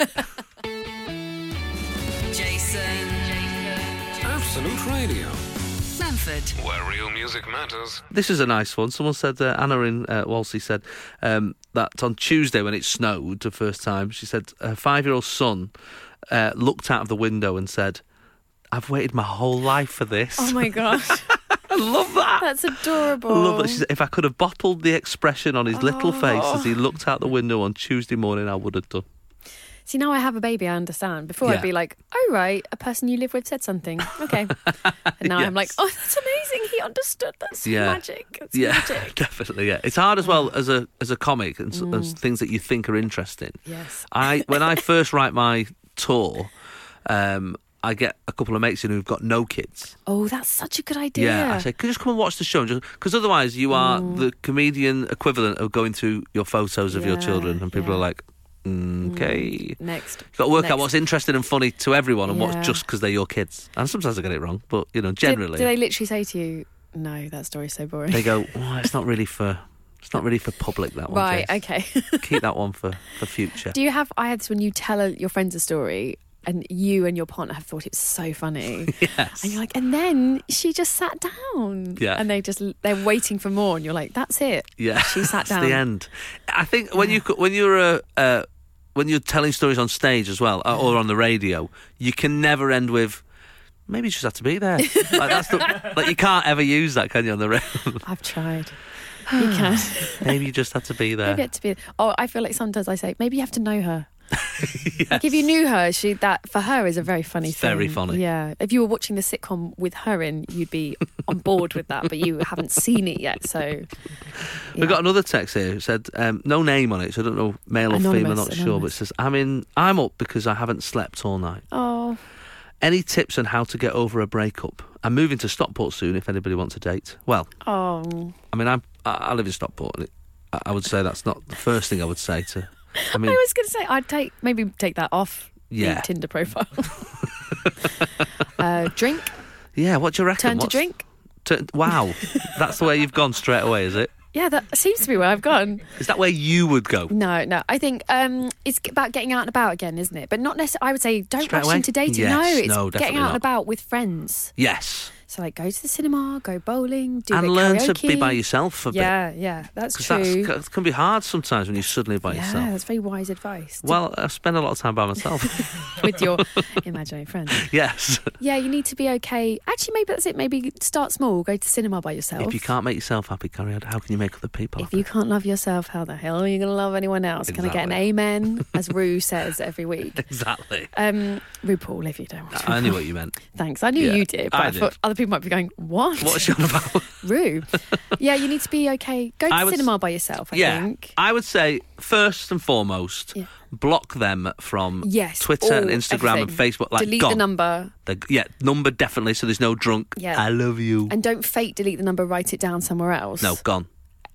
[SPEAKER 1] Jason. Jason.
[SPEAKER 2] Absolute Radio,
[SPEAKER 1] Manford.
[SPEAKER 2] where real music matters.
[SPEAKER 3] this is a nice one. Someone said, uh, Anna in uh, Walsey said um, that on Tuesday when it snowed the first time, she said her five year old son uh, looked out of the window and said, I've waited my whole life for this.
[SPEAKER 4] Oh my gosh,
[SPEAKER 3] I love that.
[SPEAKER 4] that's adorable.
[SPEAKER 3] Love that. She said, if I could have bottled the expression on his little face as he looked out the window on Tuesday morning, I would have done.
[SPEAKER 4] See, now I have a baby, I understand. Before
[SPEAKER 3] Yeah.
[SPEAKER 4] I'd be like, oh, right, a person you live with said something. Okay. And now I'm like,
[SPEAKER 3] Yes.
[SPEAKER 4] oh, that's amazing. He understood. That's
[SPEAKER 3] Yeah.
[SPEAKER 4] magic. That's
[SPEAKER 3] Yeah,
[SPEAKER 4] magic.
[SPEAKER 3] definitely. Yeah, it's hard as well as a as a comic and s as things that you think are interesting.
[SPEAKER 4] Yes.
[SPEAKER 3] I when I first write my tour, um, I get a couple of mates in who've got no kids.
[SPEAKER 4] Oh, that's such a good idea.
[SPEAKER 3] Yeah, I say, could you just come and watch the show, because otherwise you are
[SPEAKER 4] Mm.
[SPEAKER 3] the comedian equivalent of going through your photos of your
[SPEAKER 4] Yeah,
[SPEAKER 3] children, and people
[SPEAKER 4] yeah.
[SPEAKER 3] are like, "Mm, okay.
[SPEAKER 4] Mm. Next.
[SPEAKER 3] You've got to work out
[SPEAKER 4] Next.
[SPEAKER 3] what's interesting and funny to everyone and
[SPEAKER 4] Yeah.
[SPEAKER 3] what's just because they're your kids. And sometimes I get it wrong, but, you know,
[SPEAKER 4] Do-
[SPEAKER 3] generally,
[SPEAKER 4] Do, they literally say to you, no, that story's so boring?
[SPEAKER 3] they go, well, it's not really for... It's not really for public that one.
[SPEAKER 4] right,
[SPEAKER 3] Jess.
[SPEAKER 4] okay.
[SPEAKER 3] Keep that one for for future.
[SPEAKER 4] Do you have, I had this when you tell a- your friends a story and you and your partner have thought it's so funny.
[SPEAKER 3] yes.
[SPEAKER 4] And you're like, and then she just sat down.
[SPEAKER 3] Yeah.
[SPEAKER 4] And they just, they're waiting for more. And you're like, that's it.
[SPEAKER 3] yeah.
[SPEAKER 4] She sat
[SPEAKER 3] It's
[SPEAKER 4] down.
[SPEAKER 3] the end. I think when you you when you're a uh, when you're telling stories on stage as well uh, or on the radio, you can never end with. Maybe you just have to be there. like that's the, like you can't ever use that, can you? On the radio,
[SPEAKER 4] I've tried. You can.
[SPEAKER 3] maybe you just have to be there.
[SPEAKER 4] Maybe it to be. Oh, I feel like sometimes I say maybe you have to know her. Like if you knew her, she that for her is a very funny
[SPEAKER 3] It's
[SPEAKER 4] thing.
[SPEAKER 3] very funny.
[SPEAKER 4] Yeah. If you were watching the sitcom with her in, you'd be on board with that, but you haven't seen it yet, so
[SPEAKER 3] We got another text here who said um, no name on it, so I don't know male or female.
[SPEAKER 4] Anonymous,
[SPEAKER 3] Not sure, but it
[SPEAKER 4] anonymous.
[SPEAKER 3] says I'm in. I'm up because I haven't slept all night.
[SPEAKER 4] Oh,
[SPEAKER 3] Any tips on how to get over a breakup? I'm moving to Stockport soon. If anybody wants a date, well,
[SPEAKER 4] oh.
[SPEAKER 3] I mean, I'm, I I live in Stockport, and it, I- I would say that's not the first thing I would say to. I
[SPEAKER 4] I
[SPEAKER 3] mean,
[SPEAKER 4] was going to say I'd take maybe take that off
[SPEAKER 3] Yeah.
[SPEAKER 4] the Tinder profile. uh, drink,
[SPEAKER 3] yeah. What do you reckon?
[SPEAKER 4] turn to
[SPEAKER 3] What's-
[SPEAKER 4] drink.
[SPEAKER 3] turn- wow, that's the way you've gone straight away, is it?
[SPEAKER 4] Yeah, that seems to be where I've gone.
[SPEAKER 3] Is that where you would go?
[SPEAKER 4] No, no. I think um, it's about getting out and about again, isn't it? But not necessarily. I would say don't
[SPEAKER 3] Straight
[SPEAKER 4] rush
[SPEAKER 3] away?
[SPEAKER 4] into dating.
[SPEAKER 3] Yes,
[SPEAKER 4] no, it's
[SPEAKER 3] no,
[SPEAKER 4] getting
[SPEAKER 3] definitely
[SPEAKER 4] out
[SPEAKER 3] not.
[SPEAKER 4] and about with friends.
[SPEAKER 3] Yes,
[SPEAKER 4] So like, go to the cinema, go bowling, do a
[SPEAKER 3] and
[SPEAKER 4] bit
[SPEAKER 3] learn
[SPEAKER 4] karaoke.
[SPEAKER 3] to be by yourself a bit.
[SPEAKER 4] Yeah, yeah, that's
[SPEAKER 3] 'Cause
[SPEAKER 4] true.
[SPEAKER 3] That's, it can be hard sometimes when you're suddenly by
[SPEAKER 4] yeah,
[SPEAKER 3] yourself.
[SPEAKER 4] that's very wise advice. to-
[SPEAKER 3] Well, I spend a lot of time by myself.
[SPEAKER 4] with your imaginary friends.
[SPEAKER 3] yes.
[SPEAKER 4] Yeah, you need to be okay. Actually, maybe that's it. Maybe start small. Go to the cinema by yourself.
[SPEAKER 3] If you can't make yourself happy, carry on. How can you make other people
[SPEAKER 4] If
[SPEAKER 3] happy?
[SPEAKER 4] you can't love yourself, how the hell are you going to love anyone else? Can I get an
[SPEAKER 3] Exactly.
[SPEAKER 4] amen? As Rue says every week.
[SPEAKER 3] Exactly.
[SPEAKER 4] Um, RuPaul, if you don't want to.
[SPEAKER 3] I knew what you meant.
[SPEAKER 4] Thanks. I knew
[SPEAKER 3] Uh, Yeah,
[SPEAKER 4] you did, but
[SPEAKER 3] I
[SPEAKER 4] I, thought
[SPEAKER 3] did.
[SPEAKER 4] other people might be going, What?
[SPEAKER 3] What's she on about?
[SPEAKER 4] Rue. yeah, you need to be okay. Go to
[SPEAKER 3] I
[SPEAKER 4] the
[SPEAKER 3] would s-
[SPEAKER 4] cinema by yourself, I
[SPEAKER 3] yeah.
[SPEAKER 4] think.
[SPEAKER 3] I would say, first and foremost,
[SPEAKER 4] Yeah.
[SPEAKER 3] block them from
[SPEAKER 4] Yes.
[SPEAKER 3] Twitter and
[SPEAKER 4] all,
[SPEAKER 3] Instagram and
[SPEAKER 4] everything.
[SPEAKER 3] Facebook. Like,
[SPEAKER 4] delete
[SPEAKER 3] gone.
[SPEAKER 4] the number
[SPEAKER 3] They're- yeah, number definitely, so there's no drunk.
[SPEAKER 4] Yeah.
[SPEAKER 3] I love you.
[SPEAKER 4] and don't fake delete the number, write it down somewhere else.
[SPEAKER 3] no, gone.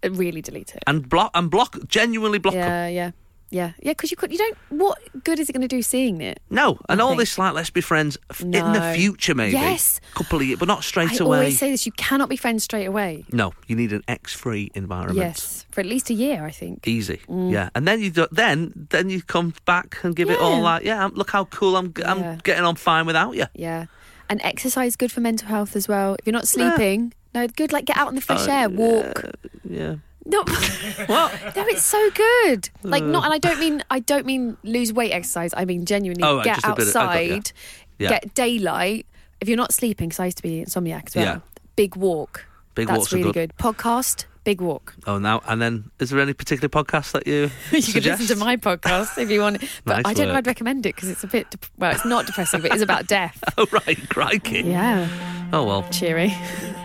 [SPEAKER 4] Uh, Really delete it.
[SPEAKER 3] And block, and block, genuinely block them.
[SPEAKER 4] yeah, yeah. Yeah, yeah, because you could, you don't. What good is it going to do seeing it?
[SPEAKER 3] No, and all
[SPEAKER 4] Nothing.
[SPEAKER 3] this, like, let's be friends f- in the
[SPEAKER 4] No.
[SPEAKER 3] future, maybe.
[SPEAKER 4] Yes.
[SPEAKER 3] Couple of years, but not straight
[SPEAKER 4] I
[SPEAKER 3] away.
[SPEAKER 4] always say this: you cannot be friends straight away.
[SPEAKER 3] no, you need an X free environment.
[SPEAKER 4] Yes, Mm. for at least a year, I think.
[SPEAKER 3] Easy, yeah, and then you do, then then you come back and give it all
[SPEAKER 4] Yeah.
[SPEAKER 3] like yeah, I'm- look how cool I'm g- I'm
[SPEAKER 4] Yeah.
[SPEAKER 3] getting on fine without you.
[SPEAKER 4] Yeah, and exercise is good for mental health as well. If you're not sleeping, no, good. Like get out in the fresh air, walk,
[SPEAKER 3] Oh, Yeah,
[SPEAKER 4] No, no, it's so good. Like not, and I don't mean I don't mean lose weight exercise. I mean genuinely
[SPEAKER 3] Oh, right,
[SPEAKER 4] get
[SPEAKER 3] just a bit of- I got
[SPEAKER 4] outside,
[SPEAKER 3] ya. Yeah.
[SPEAKER 4] get daylight. If you're not sleeping, because I used to be insomniac as well.
[SPEAKER 3] Yeah.
[SPEAKER 4] Big walk.
[SPEAKER 3] Big
[SPEAKER 4] That's
[SPEAKER 3] walks are
[SPEAKER 4] really
[SPEAKER 3] good.
[SPEAKER 4] Podcast. Big walk.
[SPEAKER 3] Oh, now and then. Is there any particular podcast that you?
[SPEAKER 4] You
[SPEAKER 3] suggest?
[SPEAKER 4] could listen to my podcast if you want,
[SPEAKER 3] Nice
[SPEAKER 4] but I don't know.
[SPEAKER 3] work.
[SPEAKER 4] I'd recommend it because it's a bit. Dep- well, it's not depressing, but it's about death.
[SPEAKER 3] Oh right, crikey.
[SPEAKER 4] Yeah,
[SPEAKER 3] Oh well,
[SPEAKER 4] cheery.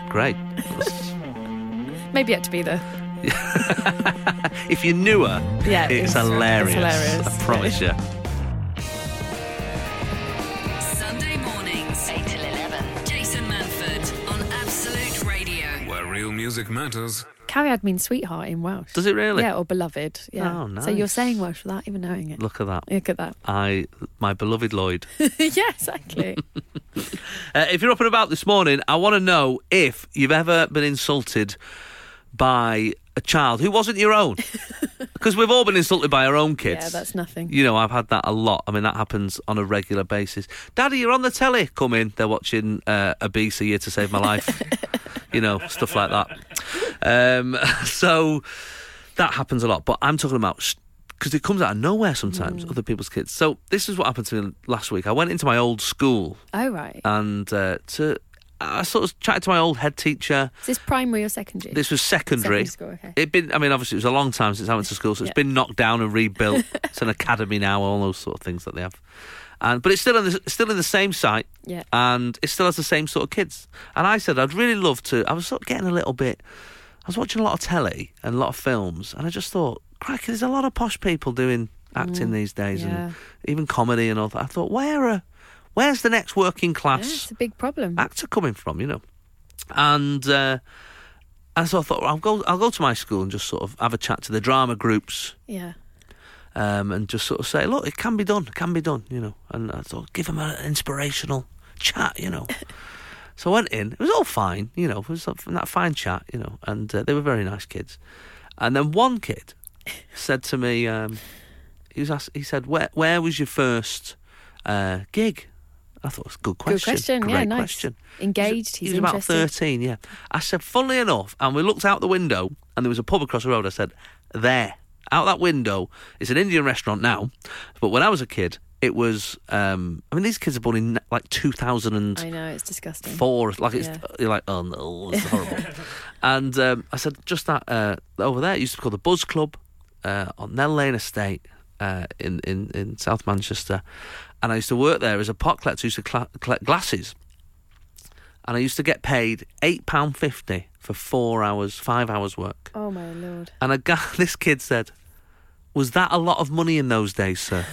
[SPEAKER 3] great.
[SPEAKER 4] Maybe yet to be there.
[SPEAKER 3] If you're newer,
[SPEAKER 4] Yeah,
[SPEAKER 3] it's,
[SPEAKER 4] it's- it's
[SPEAKER 3] hilarious.
[SPEAKER 4] hilarious.
[SPEAKER 3] I promise you.
[SPEAKER 1] Sunday mornings, 8 till 11. Jason Manford on Absolute Radio.
[SPEAKER 2] Where real music matters.
[SPEAKER 4] Cariad means sweetheart in Welsh.
[SPEAKER 3] Does it really?
[SPEAKER 4] Yeah, or beloved. Yeah.
[SPEAKER 3] Oh,
[SPEAKER 4] So you're
[SPEAKER 3] nice.
[SPEAKER 4] saying Welsh without even knowing it.
[SPEAKER 3] Look at that.
[SPEAKER 4] Look at that.
[SPEAKER 3] I, my beloved Lloyd.
[SPEAKER 4] yeah, exactly.
[SPEAKER 3] Uh, if you're up and about this morning, I want to know if you've ever been insulted by a child who wasn't your own. Because we've all been insulted by our own kids.
[SPEAKER 4] Yeah, that's nothing.
[SPEAKER 3] You know, I've had that a lot. I mean, that happens on a regular basis. Daddy, you're on the telly. Come in. They're watching uh, a beast a year to save my life. you know, stuff like that. Um, so that happens a lot. But I'm talking about because it comes out of nowhere sometimes, other people's kids. So this is what happened to me last week. I went into my old school
[SPEAKER 4] Oh, right.
[SPEAKER 3] and uh, to I sort of chatted to my old head teacher.
[SPEAKER 4] Is this primary or secondary?
[SPEAKER 3] This was secondary.
[SPEAKER 4] Secondary school, okay.
[SPEAKER 3] It been I mean obviously it was a long time since I went to school, so it's
[SPEAKER 4] Yeah.
[SPEAKER 3] been knocked down and rebuilt. it's an academy now, all those sort of things that they have. And but it's still in the, still in the same site.
[SPEAKER 4] Yeah.
[SPEAKER 3] And it still has the same sort of kids. And I said I'd really love to. I was sort of getting a little bit. I was watching a lot of telly and a lot of films, and I just thought, crikey, there's a lot of posh people doing acting these days,
[SPEAKER 4] Mm, yeah.
[SPEAKER 3] and even comedy and all that. I thought, where are, where's the next working
[SPEAKER 4] Yeah,
[SPEAKER 3] class?
[SPEAKER 4] it's a big problem.
[SPEAKER 3] actor coming from, you know. And uh, and so I thought well, I'll go I'll go to my school and just sort of have a chat to the drama groups
[SPEAKER 4] yeah.
[SPEAKER 3] um, and just sort of say, look, it can be done, it can be done, you know. And I thought, give them an inspirational chat, you know. so I went in. It was all fine, you know. It was that that fine chat, you know. And uh, they were very nice kids. And then one kid said to me, um, he was asked, he said, where where was your first uh, gig? I thought it was a good question.
[SPEAKER 4] Good question.
[SPEAKER 3] Great
[SPEAKER 4] yeah, nice.
[SPEAKER 3] question.
[SPEAKER 4] Engaged. He's
[SPEAKER 3] he was
[SPEAKER 4] interested.
[SPEAKER 3] about 13, yeah. I said, funnily enough, and we looked out the window, and there was a pub across the road. I said, there, out that window, it's an Indian restaurant now, but when I was a kid, it was. Um, I mean, these kids are born in like 2004.
[SPEAKER 4] I know, it's disgusting.
[SPEAKER 3] Like it's
[SPEAKER 4] Yeah.
[SPEAKER 3] you're like, oh no, it's horrible. and um, I said, just that uh, over there, it used to be called the Buzz Club uh, on Nell Lane Estate uh, in, in in South Manchester, and I used to work there as a pot collector. who Used to cla- collect glasses and I used to get paid eight pound fifty for four hours, five hours work.
[SPEAKER 4] Oh, my Lord.
[SPEAKER 3] And a guy, this kid said, "Was that a lot of money in those days, sir?"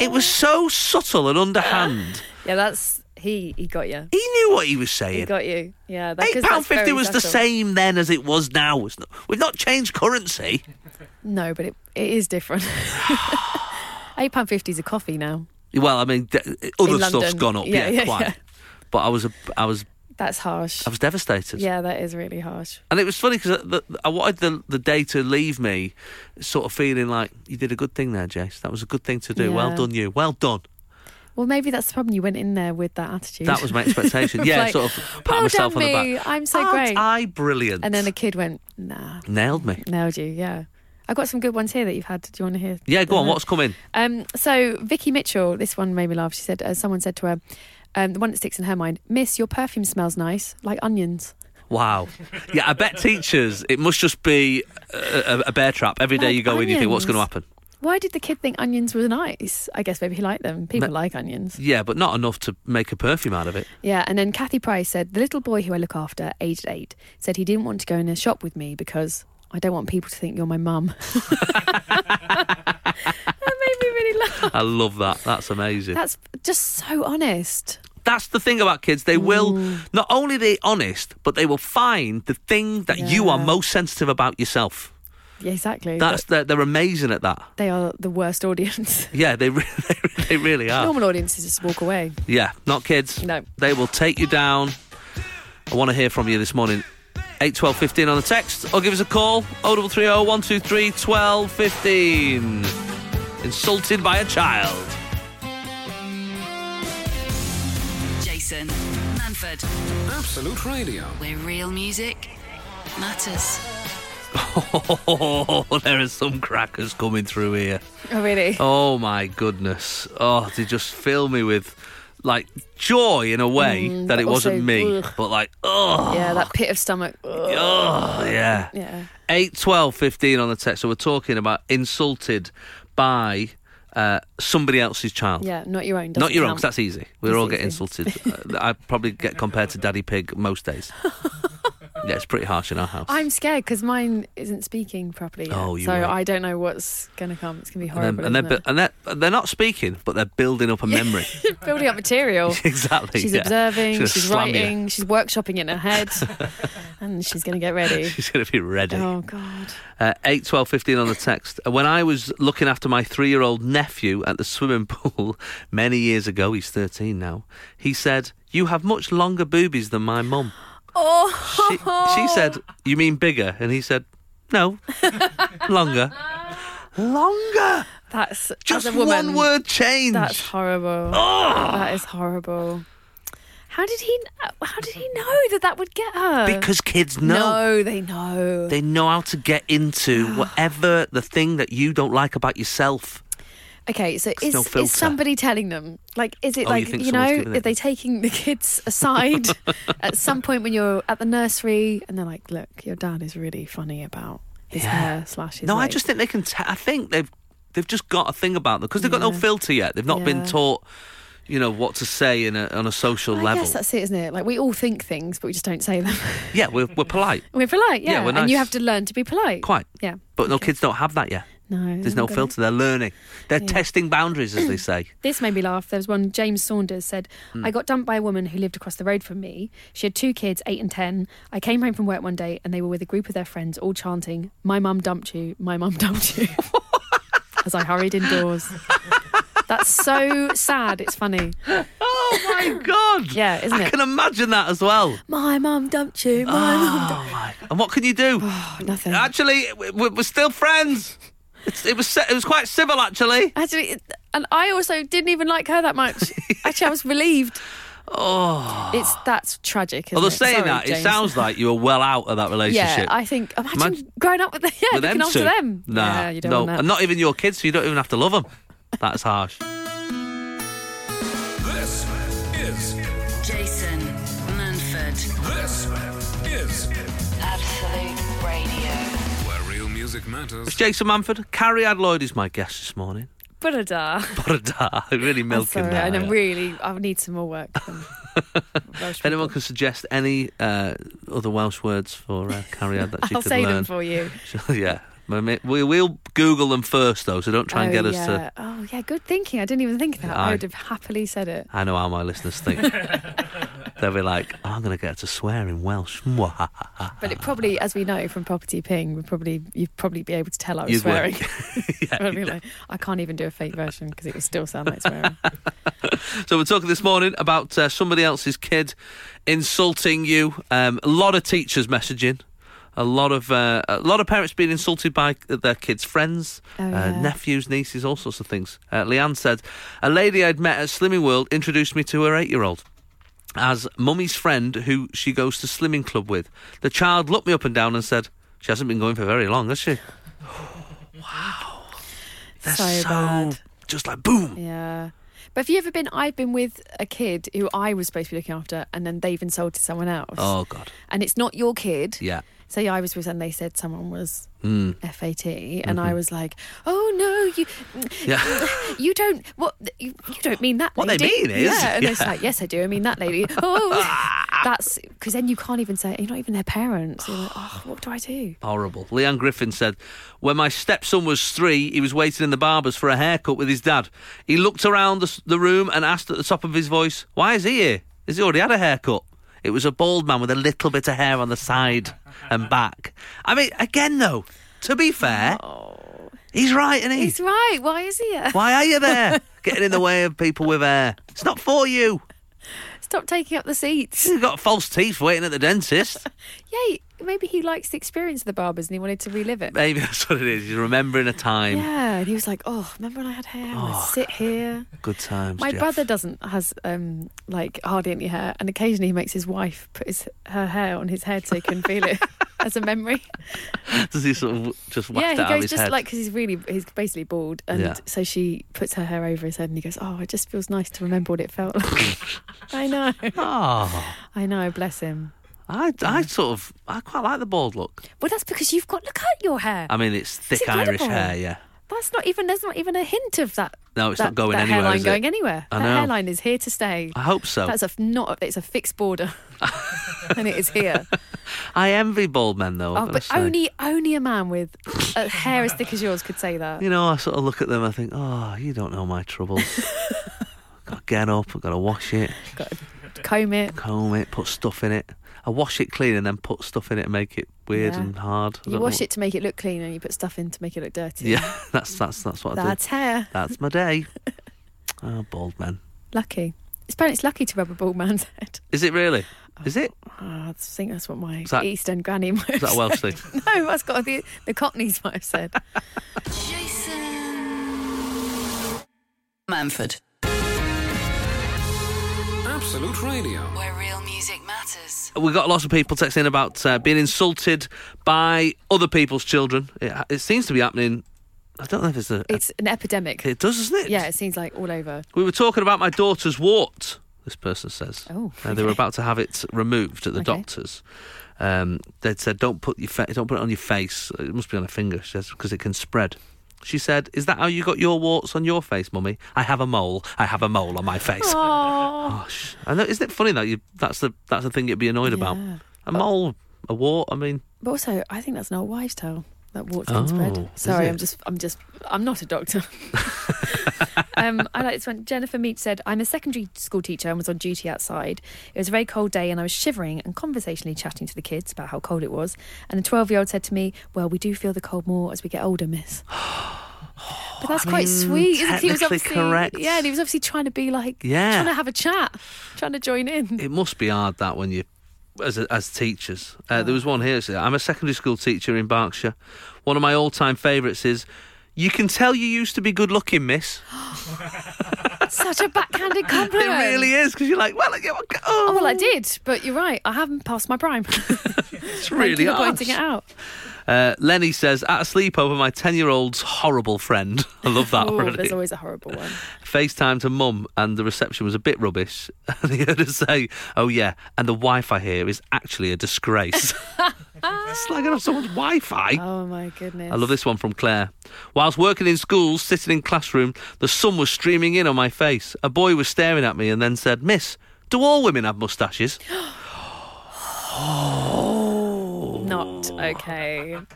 [SPEAKER 3] it was so subtle and underhand.
[SPEAKER 4] Yeah, that's. He he got you.
[SPEAKER 3] He knew what he was
[SPEAKER 4] He
[SPEAKER 3] saying.
[SPEAKER 4] got you. Yeah. That, 'cause
[SPEAKER 3] Eight
[SPEAKER 4] that's
[SPEAKER 3] pound fifty
[SPEAKER 4] very
[SPEAKER 3] was the
[SPEAKER 4] subtle.
[SPEAKER 3] same then as it was now. It's not, we've not changed currency.
[SPEAKER 4] No, but it, it is different. £8.50 is a coffee now.
[SPEAKER 3] Well, I mean, d- other
[SPEAKER 4] London.
[SPEAKER 3] stuff's gone up, yeah,
[SPEAKER 4] Yeah, yeah,
[SPEAKER 3] quite.
[SPEAKER 4] yeah.
[SPEAKER 3] But I was, a, I was,
[SPEAKER 4] That's harsh.
[SPEAKER 3] I was devastated.
[SPEAKER 4] Yeah, that is really harsh.
[SPEAKER 3] And it was funny because I, the- I wanted the, the day to leave me, sort of feeling like you did a good thing there, Jace. That was a good thing to do. Well
[SPEAKER 4] Yeah.
[SPEAKER 3] done, you. Well done.
[SPEAKER 4] Well, maybe that's the problem. You went in there with that attitude.
[SPEAKER 3] That was my expectation. Yeah,
[SPEAKER 4] Like,
[SPEAKER 3] sort of pat
[SPEAKER 4] well
[SPEAKER 3] myself
[SPEAKER 4] done
[SPEAKER 3] on the
[SPEAKER 4] me.
[SPEAKER 3] back.
[SPEAKER 4] I'm so
[SPEAKER 3] Aren't
[SPEAKER 4] great.
[SPEAKER 3] I brilliant?
[SPEAKER 4] And then the kid went, nah,
[SPEAKER 3] nailed me.
[SPEAKER 4] nailed you. Yeah. I've got some good ones here that you've had. Do you want to hear?
[SPEAKER 3] Yeah, go on.
[SPEAKER 4] Uh,
[SPEAKER 3] What's coming?
[SPEAKER 4] Um, so, Vicky Mitchell, this one made me laugh. She said, uh, someone said to her, um, the one that sticks in her mind, Miss, your perfume smells nice, like onions.
[SPEAKER 3] Wow. Yeah, I bet teachers. It must just be a, a, a bear trap. Every day
[SPEAKER 4] Like
[SPEAKER 3] you go in, you think what's going to
[SPEAKER 4] onions.
[SPEAKER 3] happen.
[SPEAKER 4] Why did the kid think onions were nice? I guess maybe he liked them. People
[SPEAKER 3] Ma-
[SPEAKER 4] like onions.
[SPEAKER 3] Yeah, but not enough to make a perfume out of it.
[SPEAKER 4] Yeah, and then Kathy Price said, the little boy who I look after, aged eight, said he didn't want to go in a shop with me because I don't want people to think you're my mum. that made me really laugh.
[SPEAKER 3] I love that. That's amazing.
[SPEAKER 4] That's just so honest.
[SPEAKER 3] That's the thing about kids. They will not only are they honest, but they will find the thing that you are
[SPEAKER 4] Yeah.
[SPEAKER 3] most sensitive about yourself.
[SPEAKER 4] Yeah, exactly.
[SPEAKER 3] That's they're, they're amazing at that.
[SPEAKER 4] But they are the worst audience.
[SPEAKER 3] Yeah, they re- they really are.
[SPEAKER 4] Normal audiences just walk away.
[SPEAKER 3] Yeah, not kids.
[SPEAKER 4] No.
[SPEAKER 3] they will take you down. I want to hear from you this morning. 8 12 15 on the text or give us a call 0330 123 12 15. Insulted by a child.
[SPEAKER 1] Jason Manford,
[SPEAKER 2] Absolute Radio.
[SPEAKER 1] where real music matters.
[SPEAKER 3] Oh, there are some crackers coming through here.
[SPEAKER 4] Oh, really?
[SPEAKER 3] Oh my goodness. Oh, they just fill me with like joy in a way that it
[SPEAKER 4] but also,
[SPEAKER 3] wasn't me,
[SPEAKER 4] Mm, ugh.
[SPEAKER 3] but like oh,
[SPEAKER 4] Yeah, that pit of stomach. Ugh.
[SPEAKER 3] oh yeah.
[SPEAKER 4] Yeah.
[SPEAKER 3] Eight, twelve, fifteen on the text. So we're talking about insulted by uh, somebody else's child.
[SPEAKER 4] Yeah, not your own.
[SPEAKER 3] Not
[SPEAKER 4] doesn't
[SPEAKER 3] your own, 'cause
[SPEAKER 4] count.
[SPEAKER 3] that's easy. We
[SPEAKER 4] It's
[SPEAKER 3] all get
[SPEAKER 4] easy.
[SPEAKER 3] insulted. Uh, I probably get compared to Daddy Pig most days. yeah, it's pretty harsh in our house.
[SPEAKER 4] I'm scared because mine isn't speaking properly. Yet,
[SPEAKER 3] Oh, you
[SPEAKER 4] so
[SPEAKER 3] won't.
[SPEAKER 4] I don't know what's going to come. It's going to be
[SPEAKER 3] and
[SPEAKER 4] horrible.
[SPEAKER 3] then, and, then,
[SPEAKER 4] isn't
[SPEAKER 3] and they're, they're not speaking, but they're building up a memory.
[SPEAKER 4] it? building up material.
[SPEAKER 3] exactly.
[SPEAKER 4] She's
[SPEAKER 3] yeah.
[SPEAKER 4] observing,
[SPEAKER 3] gonna
[SPEAKER 4] she's,
[SPEAKER 3] slam you.
[SPEAKER 4] writing, she's workshopping in her head, and she's going to get ready.
[SPEAKER 3] She's going to be ready.
[SPEAKER 4] Oh, God.
[SPEAKER 3] Uh, 8, 12, 15 on the text. Uh, When I was looking after my three year old nephew at the swimming pool many years ago, he's 13 now, he said, You have much longer boobies than my mum.
[SPEAKER 4] Oh,
[SPEAKER 3] She, she said, You mean bigger? And he said, No, longer. Longer!
[SPEAKER 4] that's
[SPEAKER 3] Just
[SPEAKER 4] as a
[SPEAKER 3] one
[SPEAKER 4] woman,
[SPEAKER 3] word change.
[SPEAKER 4] That's horrible. That is horrible. How did he? How did he know that that would get her?
[SPEAKER 3] because kids know.
[SPEAKER 4] no, they know.
[SPEAKER 3] They know how to get into whatever the thing that you don't like about yourself.
[SPEAKER 4] Okay, so is,
[SPEAKER 3] no filter.
[SPEAKER 4] is somebody telling them? Like, is it
[SPEAKER 3] Oh, you
[SPEAKER 4] like,
[SPEAKER 3] think
[SPEAKER 4] you,
[SPEAKER 3] someone's
[SPEAKER 4] know,
[SPEAKER 3] giving
[SPEAKER 4] are
[SPEAKER 3] it-
[SPEAKER 4] they taking the kids aside at some point when you're at the nursery and they're like, look, your dad is really funny about his
[SPEAKER 3] Yeah.
[SPEAKER 4] hair slash his
[SPEAKER 3] No, I
[SPEAKER 4] legs."
[SPEAKER 3] just think they can. T- I think they've they've just got a thing about them because they've got no
[SPEAKER 4] Yeah.
[SPEAKER 3] filter yet. They've not been
[SPEAKER 4] Yeah.
[SPEAKER 3] taught, you know, what to say in a, on a social
[SPEAKER 4] I
[SPEAKER 3] level.
[SPEAKER 4] guess that's it, isn't it? Like, we all think things, but we just don't say them.
[SPEAKER 3] Yeah, we're we're polite,
[SPEAKER 4] we're polite, yeah.
[SPEAKER 3] Yeah, we're
[SPEAKER 4] And you
[SPEAKER 3] nice.
[SPEAKER 4] have to learn to be polite.
[SPEAKER 3] quite.
[SPEAKER 4] Yeah.
[SPEAKER 3] But no, kids don't have that yet.
[SPEAKER 4] No.
[SPEAKER 3] There's
[SPEAKER 4] they
[SPEAKER 3] no
[SPEAKER 4] haven't got it.
[SPEAKER 3] filter. They're learning. They're
[SPEAKER 4] Yeah.
[SPEAKER 3] testing boundaries, as they say.
[SPEAKER 4] This made me laugh. There was one, James Saunders said,
[SPEAKER 3] Hmm.
[SPEAKER 4] I got dumped by a woman who lived across the road from me. She had two kids, eight and 10. I came home from work one day and they were with a group of their friends, all chanting, My mum dumped you, my mum dumped you. As I hurried indoors. That's so sad. It's funny.
[SPEAKER 3] Oh my god!
[SPEAKER 4] Yeah, isn't
[SPEAKER 3] I
[SPEAKER 4] it?
[SPEAKER 3] can imagine that as well.
[SPEAKER 4] My mum dumped you, my mum
[SPEAKER 3] Oh
[SPEAKER 4] dumped
[SPEAKER 3] my! And what can you do?
[SPEAKER 4] you. Nothing.
[SPEAKER 3] Actually, we- we- we're still friends. It's, it was se- it was quite civil, actually.
[SPEAKER 4] Actually, it- and I also didn't even like her that much. Actually, I was relieved.
[SPEAKER 3] Oh.
[SPEAKER 4] It's that's tragic. Isn't
[SPEAKER 3] Although
[SPEAKER 4] it?
[SPEAKER 3] saying
[SPEAKER 4] Sorry,
[SPEAKER 3] that,
[SPEAKER 4] James.
[SPEAKER 3] it sounds like you were well out of that relationship.
[SPEAKER 4] Yeah, I think imagine
[SPEAKER 3] Imagine-
[SPEAKER 4] growing up with them. Yeah,
[SPEAKER 3] with
[SPEAKER 4] looking
[SPEAKER 3] them
[SPEAKER 4] after
[SPEAKER 3] two.
[SPEAKER 4] them.
[SPEAKER 3] Nah,
[SPEAKER 4] yeah, you don't
[SPEAKER 3] no,
[SPEAKER 4] want that.
[SPEAKER 3] and not even your kids, so you don't even have to love them. That's harsh.
[SPEAKER 2] This is
[SPEAKER 1] Jason Manford,
[SPEAKER 2] this is
[SPEAKER 1] Absolute Radio.
[SPEAKER 2] where real music matters.
[SPEAKER 3] It's Jason Manford. Carrie Adloyd is my guest this morning.
[SPEAKER 4] Buddha.
[SPEAKER 3] But really milking
[SPEAKER 4] uh, Sorry,
[SPEAKER 3] that.
[SPEAKER 4] and I'm
[SPEAKER 3] yeah.
[SPEAKER 4] really, I need some more work. than Welsh
[SPEAKER 3] if anyone
[SPEAKER 4] people.
[SPEAKER 3] can suggest any uh, other Welsh words for uh, Carrie Ad that she
[SPEAKER 4] I'll
[SPEAKER 3] could
[SPEAKER 4] say
[SPEAKER 3] learn,
[SPEAKER 4] them for you.
[SPEAKER 3] she'll- yeah, My ma- we, we'll Google them first though, so don't try and
[SPEAKER 4] oh,
[SPEAKER 3] get us
[SPEAKER 4] yeah.
[SPEAKER 3] to.
[SPEAKER 4] Oh, yeah, good thinking. I didn't even think of that.
[SPEAKER 3] I-
[SPEAKER 4] I would have happily said it.
[SPEAKER 3] I know how my listeners think. They'll be like, I'm going to get her to swear in Welsh. Mwahaha.
[SPEAKER 4] But it probably, as we know from Property Ping, would probably you'd probably be able to tell I was
[SPEAKER 3] You'd work.
[SPEAKER 4] swearing. I'd be like, I can't even do a fake version because it would still sound like swearing.
[SPEAKER 3] Uh, So we're talking this morning about uh, somebody else's kid insulting you. Um, a lot of teachers messaging. A lot of uh, a lot of parents being insulted by their kids' friends,
[SPEAKER 4] Oh,
[SPEAKER 3] uh,
[SPEAKER 4] yeah.
[SPEAKER 3] nephews, nieces, all sorts of things. Uh, Leanne said, "A lady I'd met at Slimming World introduced me to her eight-year-old as mummy's friend, who she goes to slimming club with. The child looked me up and down and said." She hasn't been going for very long, has she? They're
[SPEAKER 4] so bad.
[SPEAKER 3] just like boom.
[SPEAKER 4] Yeah. But have you ever been? I've been with a kid who I was supposed to be looking after, and then they've insulted someone else.
[SPEAKER 3] Oh god,
[SPEAKER 4] And it's not your kid.
[SPEAKER 3] yeah.
[SPEAKER 4] So yeah, I was with, and they said someone was
[SPEAKER 3] Hmm.
[SPEAKER 4] FAT, and
[SPEAKER 3] Mm-hmm.
[SPEAKER 4] I was like, "Oh no, you,
[SPEAKER 3] Yeah.
[SPEAKER 4] you don't. What you, you don't mean that?
[SPEAKER 3] What they
[SPEAKER 4] lady.
[SPEAKER 3] mean is-
[SPEAKER 4] yeah." And it's
[SPEAKER 3] yeah.
[SPEAKER 4] like, "Yes, I do. I mean that lady." Oh, that's because then you can't even say you're not even their parents. You're like, "Oh, what do I do?"
[SPEAKER 3] Horrible. Leanne Griffin said, When my stepson was three, he was waiting in the barber's for a haircut with his dad. He looked around the, s- the room and asked at the top of his voice, Why is he here? Has he already had a haircut? It was a bald man with a little bit of hair on the side and back. I mean, again, though, to be fair, he's right, isn't he?
[SPEAKER 4] He's right. Why is he? uh, Here?
[SPEAKER 3] Why are you there? Getting in the way of people with hair. It's not for you.
[SPEAKER 4] Stop taking up the seats.
[SPEAKER 3] He's got false teeth waiting at the dentist.
[SPEAKER 4] Yay! Maybe he likes the experience of the barbers, and he wanted to relive it.
[SPEAKER 3] Maybe that's what it is. He's remembering a time.
[SPEAKER 4] Yeah, and he was like, "Oh, remember when I had hair? I
[SPEAKER 3] Oh,
[SPEAKER 4] would sit here."
[SPEAKER 3] Good times.
[SPEAKER 4] My
[SPEAKER 3] Jeff.
[SPEAKER 4] brother doesn't has um like hardly any hair, and occasionally he makes his wife put his her hair on his head so he can feel it. as a memory.
[SPEAKER 3] Does he sort of just whack
[SPEAKER 4] yeah,
[SPEAKER 3] that
[SPEAKER 4] he
[SPEAKER 3] out of
[SPEAKER 4] goes
[SPEAKER 3] his
[SPEAKER 4] just
[SPEAKER 3] head?
[SPEAKER 4] like because he's really he's basically bald, and
[SPEAKER 3] Yeah.
[SPEAKER 4] so she puts her hair over his head, and he goes, "Oh, it just feels nice to remember what it felt like." I know,
[SPEAKER 3] oh,
[SPEAKER 4] I know, bless him.
[SPEAKER 3] I, I sort of, I quite like the bald look.
[SPEAKER 4] Well, that's because you've got look at your hair.
[SPEAKER 3] I mean, it's thick Irish
[SPEAKER 4] incredible.
[SPEAKER 3] hair, yeah.
[SPEAKER 4] That's not even there's not even a hint of that.
[SPEAKER 3] No, it's
[SPEAKER 4] that-
[SPEAKER 3] not going
[SPEAKER 4] that
[SPEAKER 3] anywhere,
[SPEAKER 4] Hairline
[SPEAKER 3] is it?
[SPEAKER 4] going anywhere.
[SPEAKER 3] I
[SPEAKER 4] that
[SPEAKER 3] know.
[SPEAKER 4] hairline is here to stay.
[SPEAKER 3] I hope so.
[SPEAKER 4] That's a f- not. It's a fixed border, and it is here.
[SPEAKER 3] I envy bald men, though.
[SPEAKER 4] Oh,
[SPEAKER 3] I've got
[SPEAKER 4] but
[SPEAKER 3] to say.
[SPEAKER 4] only only a man with a hair as thick as yours could say that.
[SPEAKER 3] You know, I sort of look at them, I think, oh, you don't know my troubles. I've got to get up, I've got to wash it,
[SPEAKER 4] Comb it.
[SPEAKER 3] comb it, put stuff in it. I wash it clean and then put stuff in it and make it weird
[SPEAKER 4] Yeah.
[SPEAKER 3] and hard. I
[SPEAKER 4] You
[SPEAKER 3] don't
[SPEAKER 4] wash
[SPEAKER 3] know-
[SPEAKER 4] it to make it look clean, and you put stuff in to make it look dirty.
[SPEAKER 3] Yeah, that's that's that's what I do.
[SPEAKER 4] that's hair.
[SPEAKER 3] That's my day. oh, bald man.
[SPEAKER 4] Lucky. It's apparently it's lucky to rub a bald man's head.
[SPEAKER 3] Is it really? Is it?
[SPEAKER 4] Ah, I think that's what my
[SPEAKER 3] that-
[SPEAKER 4] East End granny might have
[SPEAKER 3] Is that a
[SPEAKER 4] said.
[SPEAKER 3] Welsh thing?
[SPEAKER 4] No, that's got the the Cockneys might have said.
[SPEAKER 1] Jason Manford,
[SPEAKER 2] Absolute Radio.
[SPEAKER 1] where real music matters.
[SPEAKER 3] we got lots of people texting about uh, being insulted by other people's children. It, it seems to be happening. I don't know if it's a.
[SPEAKER 4] It's an epidemic.
[SPEAKER 3] it does, doesn't it?
[SPEAKER 4] Yeah, it seems like all over.
[SPEAKER 3] We were talking about my daughter's wart. This person says.
[SPEAKER 4] Oh,
[SPEAKER 3] Uh, they were about to have it removed at the
[SPEAKER 4] Okay.
[SPEAKER 3] doctor's. Um, they'd said, "Don't put your fa- don't put it on your face. It must be on a finger," she says, because it can spread. She said, "Is that how you got your warts on your face, mummy? I have a mole. I have a mole on my face."
[SPEAKER 4] Oh,
[SPEAKER 3] Gosh, I know. Isn't it funny that you? That's the that's the thing you'd be annoyed about.
[SPEAKER 4] Yeah.
[SPEAKER 3] A mole, a wart. I mean,
[SPEAKER 4] but also I think that's an old wives' tale that warts can
[SPEAKER 3] Oh,
[SPEAKER 4] spread.
[SPEAKER 3] is
[SPEAKER 4] Sorry,
[SPEAKER 3] it?
[SPEAKER 4] I'm just, I'm just, I'm not a doctor. um, I like this one. Jennifer Meach said, "I'm a secondary school teacher and was on duty outside. It was a very cold day and I was shivering and conversationally chatting to the kids about how cold it was. And the 12 year old said to me, "Well, we do feel the cold more as we get older, miss." But that's
[SPEAKER 3] I
[SPEAKER 4] quite
[SPEAKER 3] mean,
[SPEAKER 4] sweet. Isn't it? he was
[SPEAKER 3] technically
[SPEAKER 4] obviously
[SPEAKER 3] correct.
[SPEAKER 4] Yeah, and he was obviously trying to be like,
[SPEAKER 3] Yeah.
[SPEAKER 4] trying to have a chat, trying to join in.
[SPEAKER 3] it must be hard that when you, as as teachers. Uh, There was one here. that said, I'm a secondary school teacher in Berkshire. One of my all time favourites is, "You can tell you used to be good looking, Miss."
[SPEAKER 4] Such a backhanded compliment.
[SPEAKER 3] It really is because you're like, well, yeah, well, g- oh,
[SPEAKER 4] Oh, well, I did, but you're right. I haven't passed my prime.
[SPEAKER 3] It's
[SPEAKER 4] Thank
[SPEAKER 3] really
[SPEAKER 4] you for
[SPEAKER 3] harsh.
[SPEAKER 4] pointing it out.
[SPEAKER 3] Uh, Lenny says, at a sleepover, my ten-year-old's horrible friend. I love that
[SPEAKER 4] Oh,
[SPEAKER 3] already.
[SPEAKER 4] there's always a horrible one.
[SPEAKER 3] FaceTime to mum, and the reception was a bit rubbish. And he heard her say, "Oh yeah," and the Wi-Fi here is actually a disgrace. it's like off someone's Wi-Fi.
[SPEAKER 4] Oh my goodness.
[SPEAKER 3] I love this one from Claire. Whilst working in schools, sitting in classroom, the sun was streaming in on my face. A boy was staring at me and then said, Miss, do all women have moustaches?
[SPEAKER 4] Not okay.
[SPEAKER 3] Oh.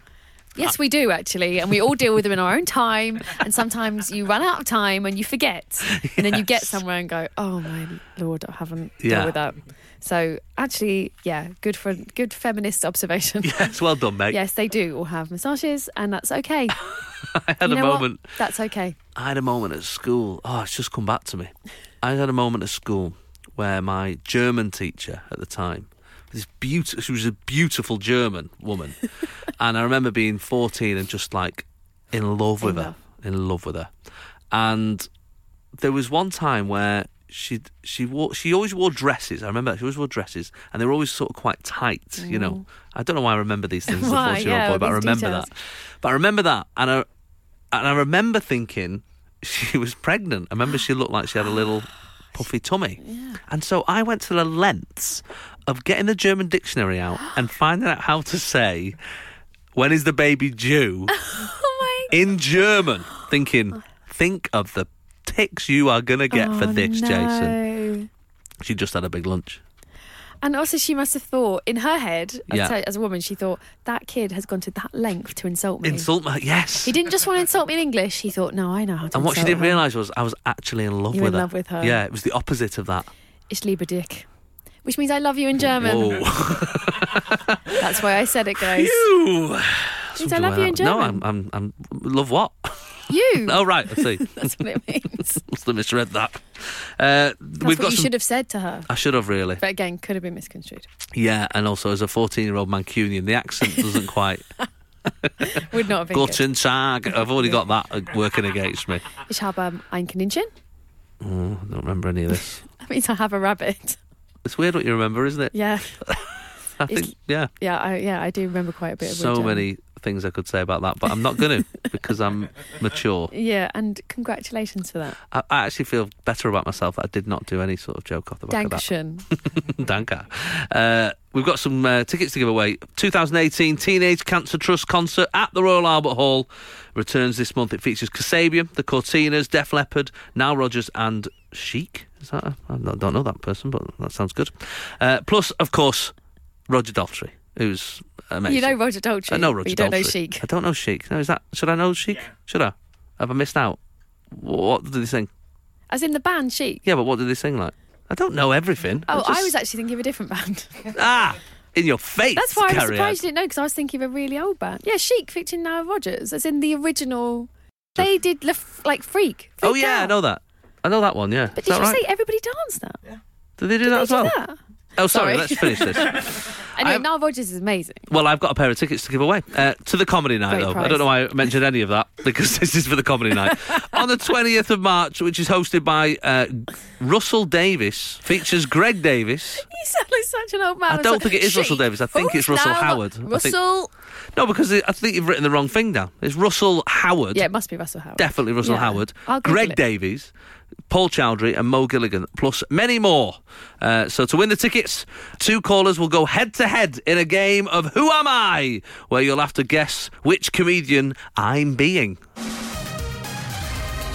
[SPEAKER 4] Yes, we do actually, and we all deal with them in our own time. And sometimes you run out of time and you forget, and then you get
[SPEAKER 3] Yes.
[SPEAKER 4] somewhere and go, "Oh my lord, I haven't
[SPEAKER 3] Yeah.
[SPEAKER 4] dealt with that." So actually, yeah, good for good feminist observation.
[SPEAKER 3] Yes, well done, mate.
[SPEAKER 4] Yes, they do all have massages, and that's okay.
[SPEAKER 3] I had
[SPEAKER 4] You
[SPEAKER 3] a
[SPEAKER 4] know what?
[SPEAKER 3] moment.
[SPEAKER 4] That's okay.
[SPEAKER 3] I had a moment at school. Oh, it's just come back to me. I had a moment at school where my German teacher at the time, this beautiful, she was a beautiful German woman, and I remember being fourteen and just like in love with
[SPEAKER 4] In
[SPEAKER 3] her,
[SPEAKER 4] love.
[SPEAKER 3] in love with her, and there was one time where she she wore she always wore dresses. I remember she always wore dresses, and they were always sort of quite tight. You know, I don't know why I remember these things as a
[SPEAKER 4] Mm. Why?
[SPEAKER 3] fourteen year
[SPEAKER 4] Yeah,
[SPEAKER 3] old boy, but I
[SPEAKER 4] these
[SPEAKER 3] remember
[SPEAKER 4] details.
[SPEAKER 3] that. But I remember that, and I and I remember thinking she was pregnant. I remember she looked like she had a little puffy tummy, and so I went to the lengths of getting the German dictionary out and finding out how to say when is the baby due
[SPEAKER 4] Oh my.
[SPEAKER 3] in German, thinking, think of the ticks you are going to get for
[SPEAKER 4] Oh,
[SPEAKER 3] this, Jason.
[SPEAKER 4] no.
[SPEAKER 3] She just had a big lunch.
[SPEAKER 4] And also, she must have thought in her head, I'd
[SPEAKER 3] Yeah.
[SPEAKER 4] say, as a woman, she thought that kid has gone to that length to insult me.
[SPEAKER 3] Insult my, yes.
[SPEAKER 4] He didn't just want to insult me in English. He thought, no, I know how to.
[SPEAKER 3] and what she
[SPEAKER 4] insult
[SPEAKER 3] didn't
[SPEAKER 4] her.
[SPEAKER 3] realise was I was actually in love
[SPEAKER 4] You were
[SPEAKER 3] with
[SPEAKER 4] in
[SPEAKER 3] her.
[SPEAKER 4] love with her.
[SPEAKER 3] Yeah, it was the opposite of that.
[SPEAKER 4] ich liebe dich, which means I love you in German.
[SPEAKER 3] Whoa.
[SPEAKER 4] That's why I said it, guys.
[SPEAKER 3] Phew.
[SPEAKER 4] means I love you in
[SPEAKER 3] No,
[SPEAKER 4] German.
[SPEAKER 3] I'm, I'm, I'm, love what?
[SPEAKER 4] You.
[SPEAKER 3] oh, right, I see.
[SPEAKER 4] That's what it means. That's
[SPEAKER 3] Must have misread that. Uh, we've
[SPEAKER 4] what
[SPEAKER 3] got
[SPEAKER 4] you
[SPEAKER 3] some-
[SPEAKER 4] should have said to her.
[SPEAKER 3] I should have really.
[SPEAKER 4] But again, could have been misconstrued.
[SPEAKER 3] Yeah, and also as a 14 year old Mancunian, the accent doesn't quite.
[SPEAKER 4] Would not have been.
[SPEAKER 3] Gut and sag. I've already got that uh, working against me. Oh,
[SPEAKER 4] Good. Ich habe ein Kaninchen.
[SPEAKER 3] I don't remember any of this.
[SPEAKER 4] That means I have a rabbit.
[SPEAKER 3] It's weird what you remember, isn't it?
[SPEAKER 4] Yeah.
[SPEAKER 3] I
[SPEAKER 4] It's-
[SPEAKER 3] think, yeah.
[SPEAKER 4] Yeah, I, yeah, I do remember quite a bit. of
[SPEAKER 3] So
[SPEAKER 4] Wood Jam.
[SPEAKER 3] many things I could say about that, but I'm not going to because I'm mature.
[SPEAKER 4] Yeah, and congratulations for that.
[SPEAKER 3] I, I actually feel better about myself that I did not do any sort of joke off the back of
[SPEAKER 4] Dankeschön.
[SPEAKER 3] that. Danka. Uh, we've got some uh, tickets to give away. 2018 Teenage Cancer Trust concert at the Royal Albert Hall returns this month. It features Kasabian, the Cortinas, Def Leppard, Now Rogers, and Chic. Is that? A, I don't don't know that person, but that sounds good. Uh, plus, of course, Roger Daltrey, who's amazing.
[SPEAKER 4] You know Roger Daltrey.
[SPEAKER 3] I know
[SPEAKER 4] but
[SPEAKER 3] Roger
[SPEAKER 4] You don't know
[SPEAKER 3] Daltrey.
[SPEAKER 4] Chic.
[SPEAKER 3] I don't know Chic. No, is that should I know Chic? Should I? Have I missed out? Wh- What did they sing?
[SPEAKER 4] As in the band Chic.
[SPEAKER 3] Yeah, but what did they sing like? I don't know everything.
[SPEAKER 4] Oh, I
[SPEAKER 3] just-
[SPEAKER 4] was actually thinking of a different band.
[SPEAKER 3] ah in your face.
[SPEAKER 4] That's why I was
[SPEAKER 3] Carrie Ann.
[SPEAKER 4] surprised you didn't know because I was thinking of a really old band. Yeah, Chic featuring Nile Rodgers, as in the original. They did lef- like Freak.
[SPEAKER 3] Oh
[SPEAKER 4] Freak
[SPEAKER 3] yeah, I
[SPEAKER 4] Out.
[SPEAKER 3] know that. I know that one. Yeah. Is
[SPEAKER 4] But did
[SPEAKER 3] that
[SPEAKER 4] you
[SPEAKER 3] right?
[SPEAKER 4] see everybody dance that?
[SPEAKER 3] Did they do that
[SPEAKER 4] They
[SPEAKER 3] as
[SPEAKER 4] did
[SPEAKER 3] well?
[SPEAKER 4] that.
[SPEAKER 3] Oh, sorry.
[SPEAKER 4] Sorry.
[SPEAKER 3] Let's finish this.
[SPEAKER 4] Anyway,
[SPEAKER 3] I've-
[SPEAKER 4] Nile Rodgers is amazing.
[SPEAKER 3] Well, I've got a pair of tickets to give away uh, to the comedy night,
[SPEAKER 4] Great
[SPEAKER 3] though. I
[SPEAKER 4] prize.
[SPEAKER 3] don't know why I mentioned any of that because this is for the comedy night on the twentieth of March, which is hosted by uh, Russell Davis, features Greg Davis.
[SPEAKER 4] You sound like such an old man.
[SPEAKER 3] I
[SPEAKER 4] was
[SPEAKER 3] don't
[SPEAKER 4] like,
[SPEAKER 3] think it is Russell
[SPEAKER 4] "Chic,
[SPEAKER 3] Davis. I think
[SPEAKER 4] who's
[SPEAKER 3] it's Russell
[SPEAKER 4] Nile Ro-
[SPEAKER 3] Howard. I think-
[SPEAKER 4] Russell.
[SPEAKER 3] No, because I think you've written the wrong thing down. It's Russell Howard.
[SPEAKER 4] Yeah, it must be Russell Howard.
[SPEAKER 3] definitely Russell
[SPEAKER 4] Yeah.
[SPEAKER 3] Howard,
[SPEAKER 4] I'll Google
[SPEAKER 3] Greg
[SPEAKER 4] it.
[SPEAKER 3] Davies, Paul Chowdhury, and Mo Gilligan, plus many more. Uh, so to win the tickets, two callers will go head to head in a game of Who Am I, where you'll have to guess which comedian I'm being.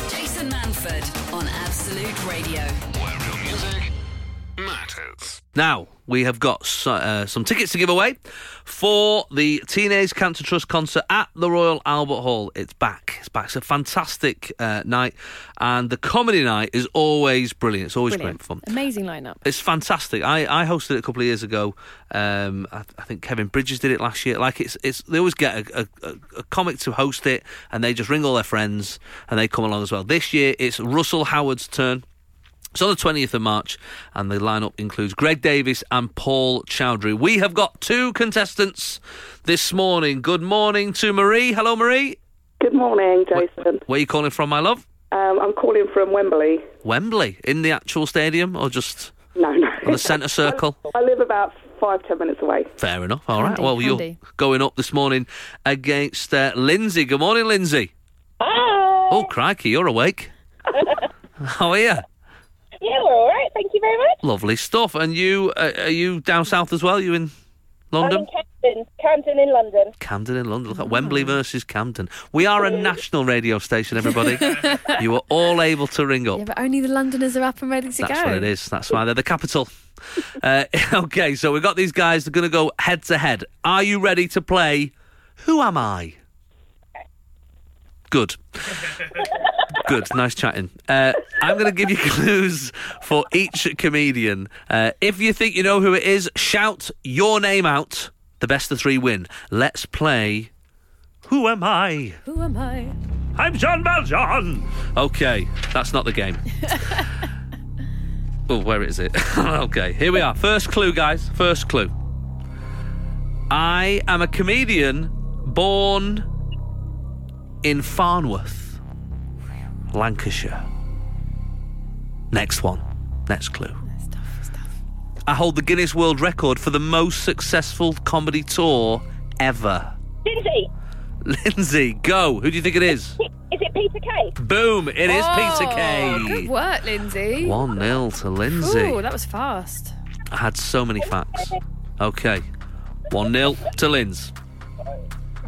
[SPEAKER 1] Jason Manford on Absolute Radio.
[SPEAKER 2] Where real music matters.
[SPEAKER 3] Now, we have got so, uh, some tickets to give away for the Teenage Cancer Trust concert at the Royal Albert Hall. It's back. It's back. It's a fantastic uh, night. And the comedy night is always brilliant. It's always
[SPEAKER 4] Brilliant.
[SPEAKER 3] great fun.
[SPEAKER 4] Amazing lineup.
[SPEAKER 3] It's fantastic. I, I hosted it a couple of years ago. Um, I, I think Kevin Bridges did it last year. Like it's it's they always get a, a, a- a comic to host it, and they just ring all their friends and they come along as well. This year it's Russell Howard's turn. It's on the 20th of March, and the lineup includes Greg Davis and Paul Chowdhury. We have got two contestants this morning. Good morning to Marie. Hello, Marie.
[SPEAKER 5] Good morning, Jason.
[SPEAKER 3] Where are you calling from, my love?
[SPEAKER 5] Um, I'm calling from Wembley.
[SPEAKER 3] Wembley, in the actual stadium, or just
[SPEAKER 5] No, no.
[SPEAKER 3] on the centre circle?
[SPEAKER 5] I live about five, ten minutes away.
[SPEAKER 3] Fair enough. All right.
[SPEAKER 4] Handy,
[SPEAKER 3] well,
[SPEAKER 4] handy.
[SPEAKER 3] you're going up this morning against uh, Lindsay. Good morning, Lindsay.
[SPEAKER 6] Hi.
[SPEAKER 3] Oh, crikey, you're awake. How are you?
[SPEAKER 6] Yeah, we're all right. Thank you very much.
[SPEAKER 3] Lovely stuff. And you uh, are you down south as well? You in
[SPEAKER 6] I'm
[SPEAKER 3] London?
[SPEAKER 6] in Camden, Camden in London.
[SPEAKER 3] Camden in London. Look
[SPEAKER 4] Oh.
[SPEAKER 3] at Wembley versus Camden. We are a national radio station, everybody. you are all able to ring up.
[SPEAKER 4] Yeah, but only the Londoners are up and ready to go.
[SPEAKER 3] That's what it is. That's why they're the capital. Uh, okay, so we've got these guys. They're going to go head to head. Are you ready to play Who Am I? Good. Good. Nice chatting. Uh, I'm going to give you clues for each comedian. Uh, if you think you know who it is, shout your name out. The best of three win. Let's play Who Am I?
[SPEAKER 4] Who am I?
[SPEAKER 3] I'm John Valjean. Okay, that's not the game. oh, where is it? okay, here we are. First clue, guys. First clue. I am a comedian born in Farnworth, Lancashire. Next one. Next clue.
[SPEAKER 4] That's tough stuff.
[SPEAKER 3] I hold the Guinness World Record for the most successful comedy tour ever.
[SPEAKER 6] Lindsay,
[SPEAKER 3] Lindsay, go. Who do you think it is?
[SPEAKER 6] is it Peter Kay?
[SPEAKER 3] Boom! It is Peter
[SPEAKER 4] Oh, Good
[SPEAKER 3] Kay.
[SPEAKER 4] work, Lindsay.
[SPEAKER 3] One 0 to Lindsay.
[SPEAKER 4] Ooh, that was fast.
[SPEAKER 3] I had so many facts. Okay, one 0 to Linz.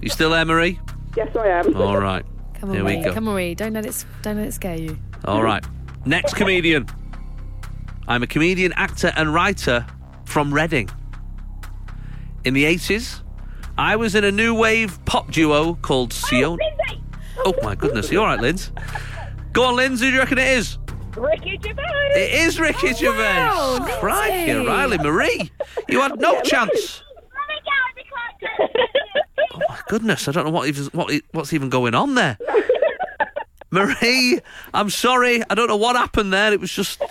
[SPEAKER 3] You still there, Marie?
[SPEAKER 5] Yes, I am.
[SPEAKER 3] All right.
[SPEAKER 4] Come on,
[SPEAKER 3] Here
[SPEAKER 4] Marie.
[SPEAKER 3] we go.
[SPEAKER 4] Come on, Marie. Don't let it. Don't let it scare you.
[SPEAKER 3] All right. Next comedian. I'm a comedian, actor, and writer from Reading. In the 80s, I was in a new wave pop duo called Sion.
[SPEAKER 6] Lindsay,
[SPEAKER 3] Oh my goodness! You all right, Linz? Go on, Linz. Who do you reckon it is?
[SPEAKER 6] Ricky Gervais.
[SPEAKER 3] It is Ricky Gervais.
[SPEAKER 4] wow, Lindsay.
[SPEAKER 3] Crikey, Riley Marie. You had no chance. Oh my goodness, I don't know what even what e- what's even going on there. Marie, I'm sorry. I don't know what happened there. It was just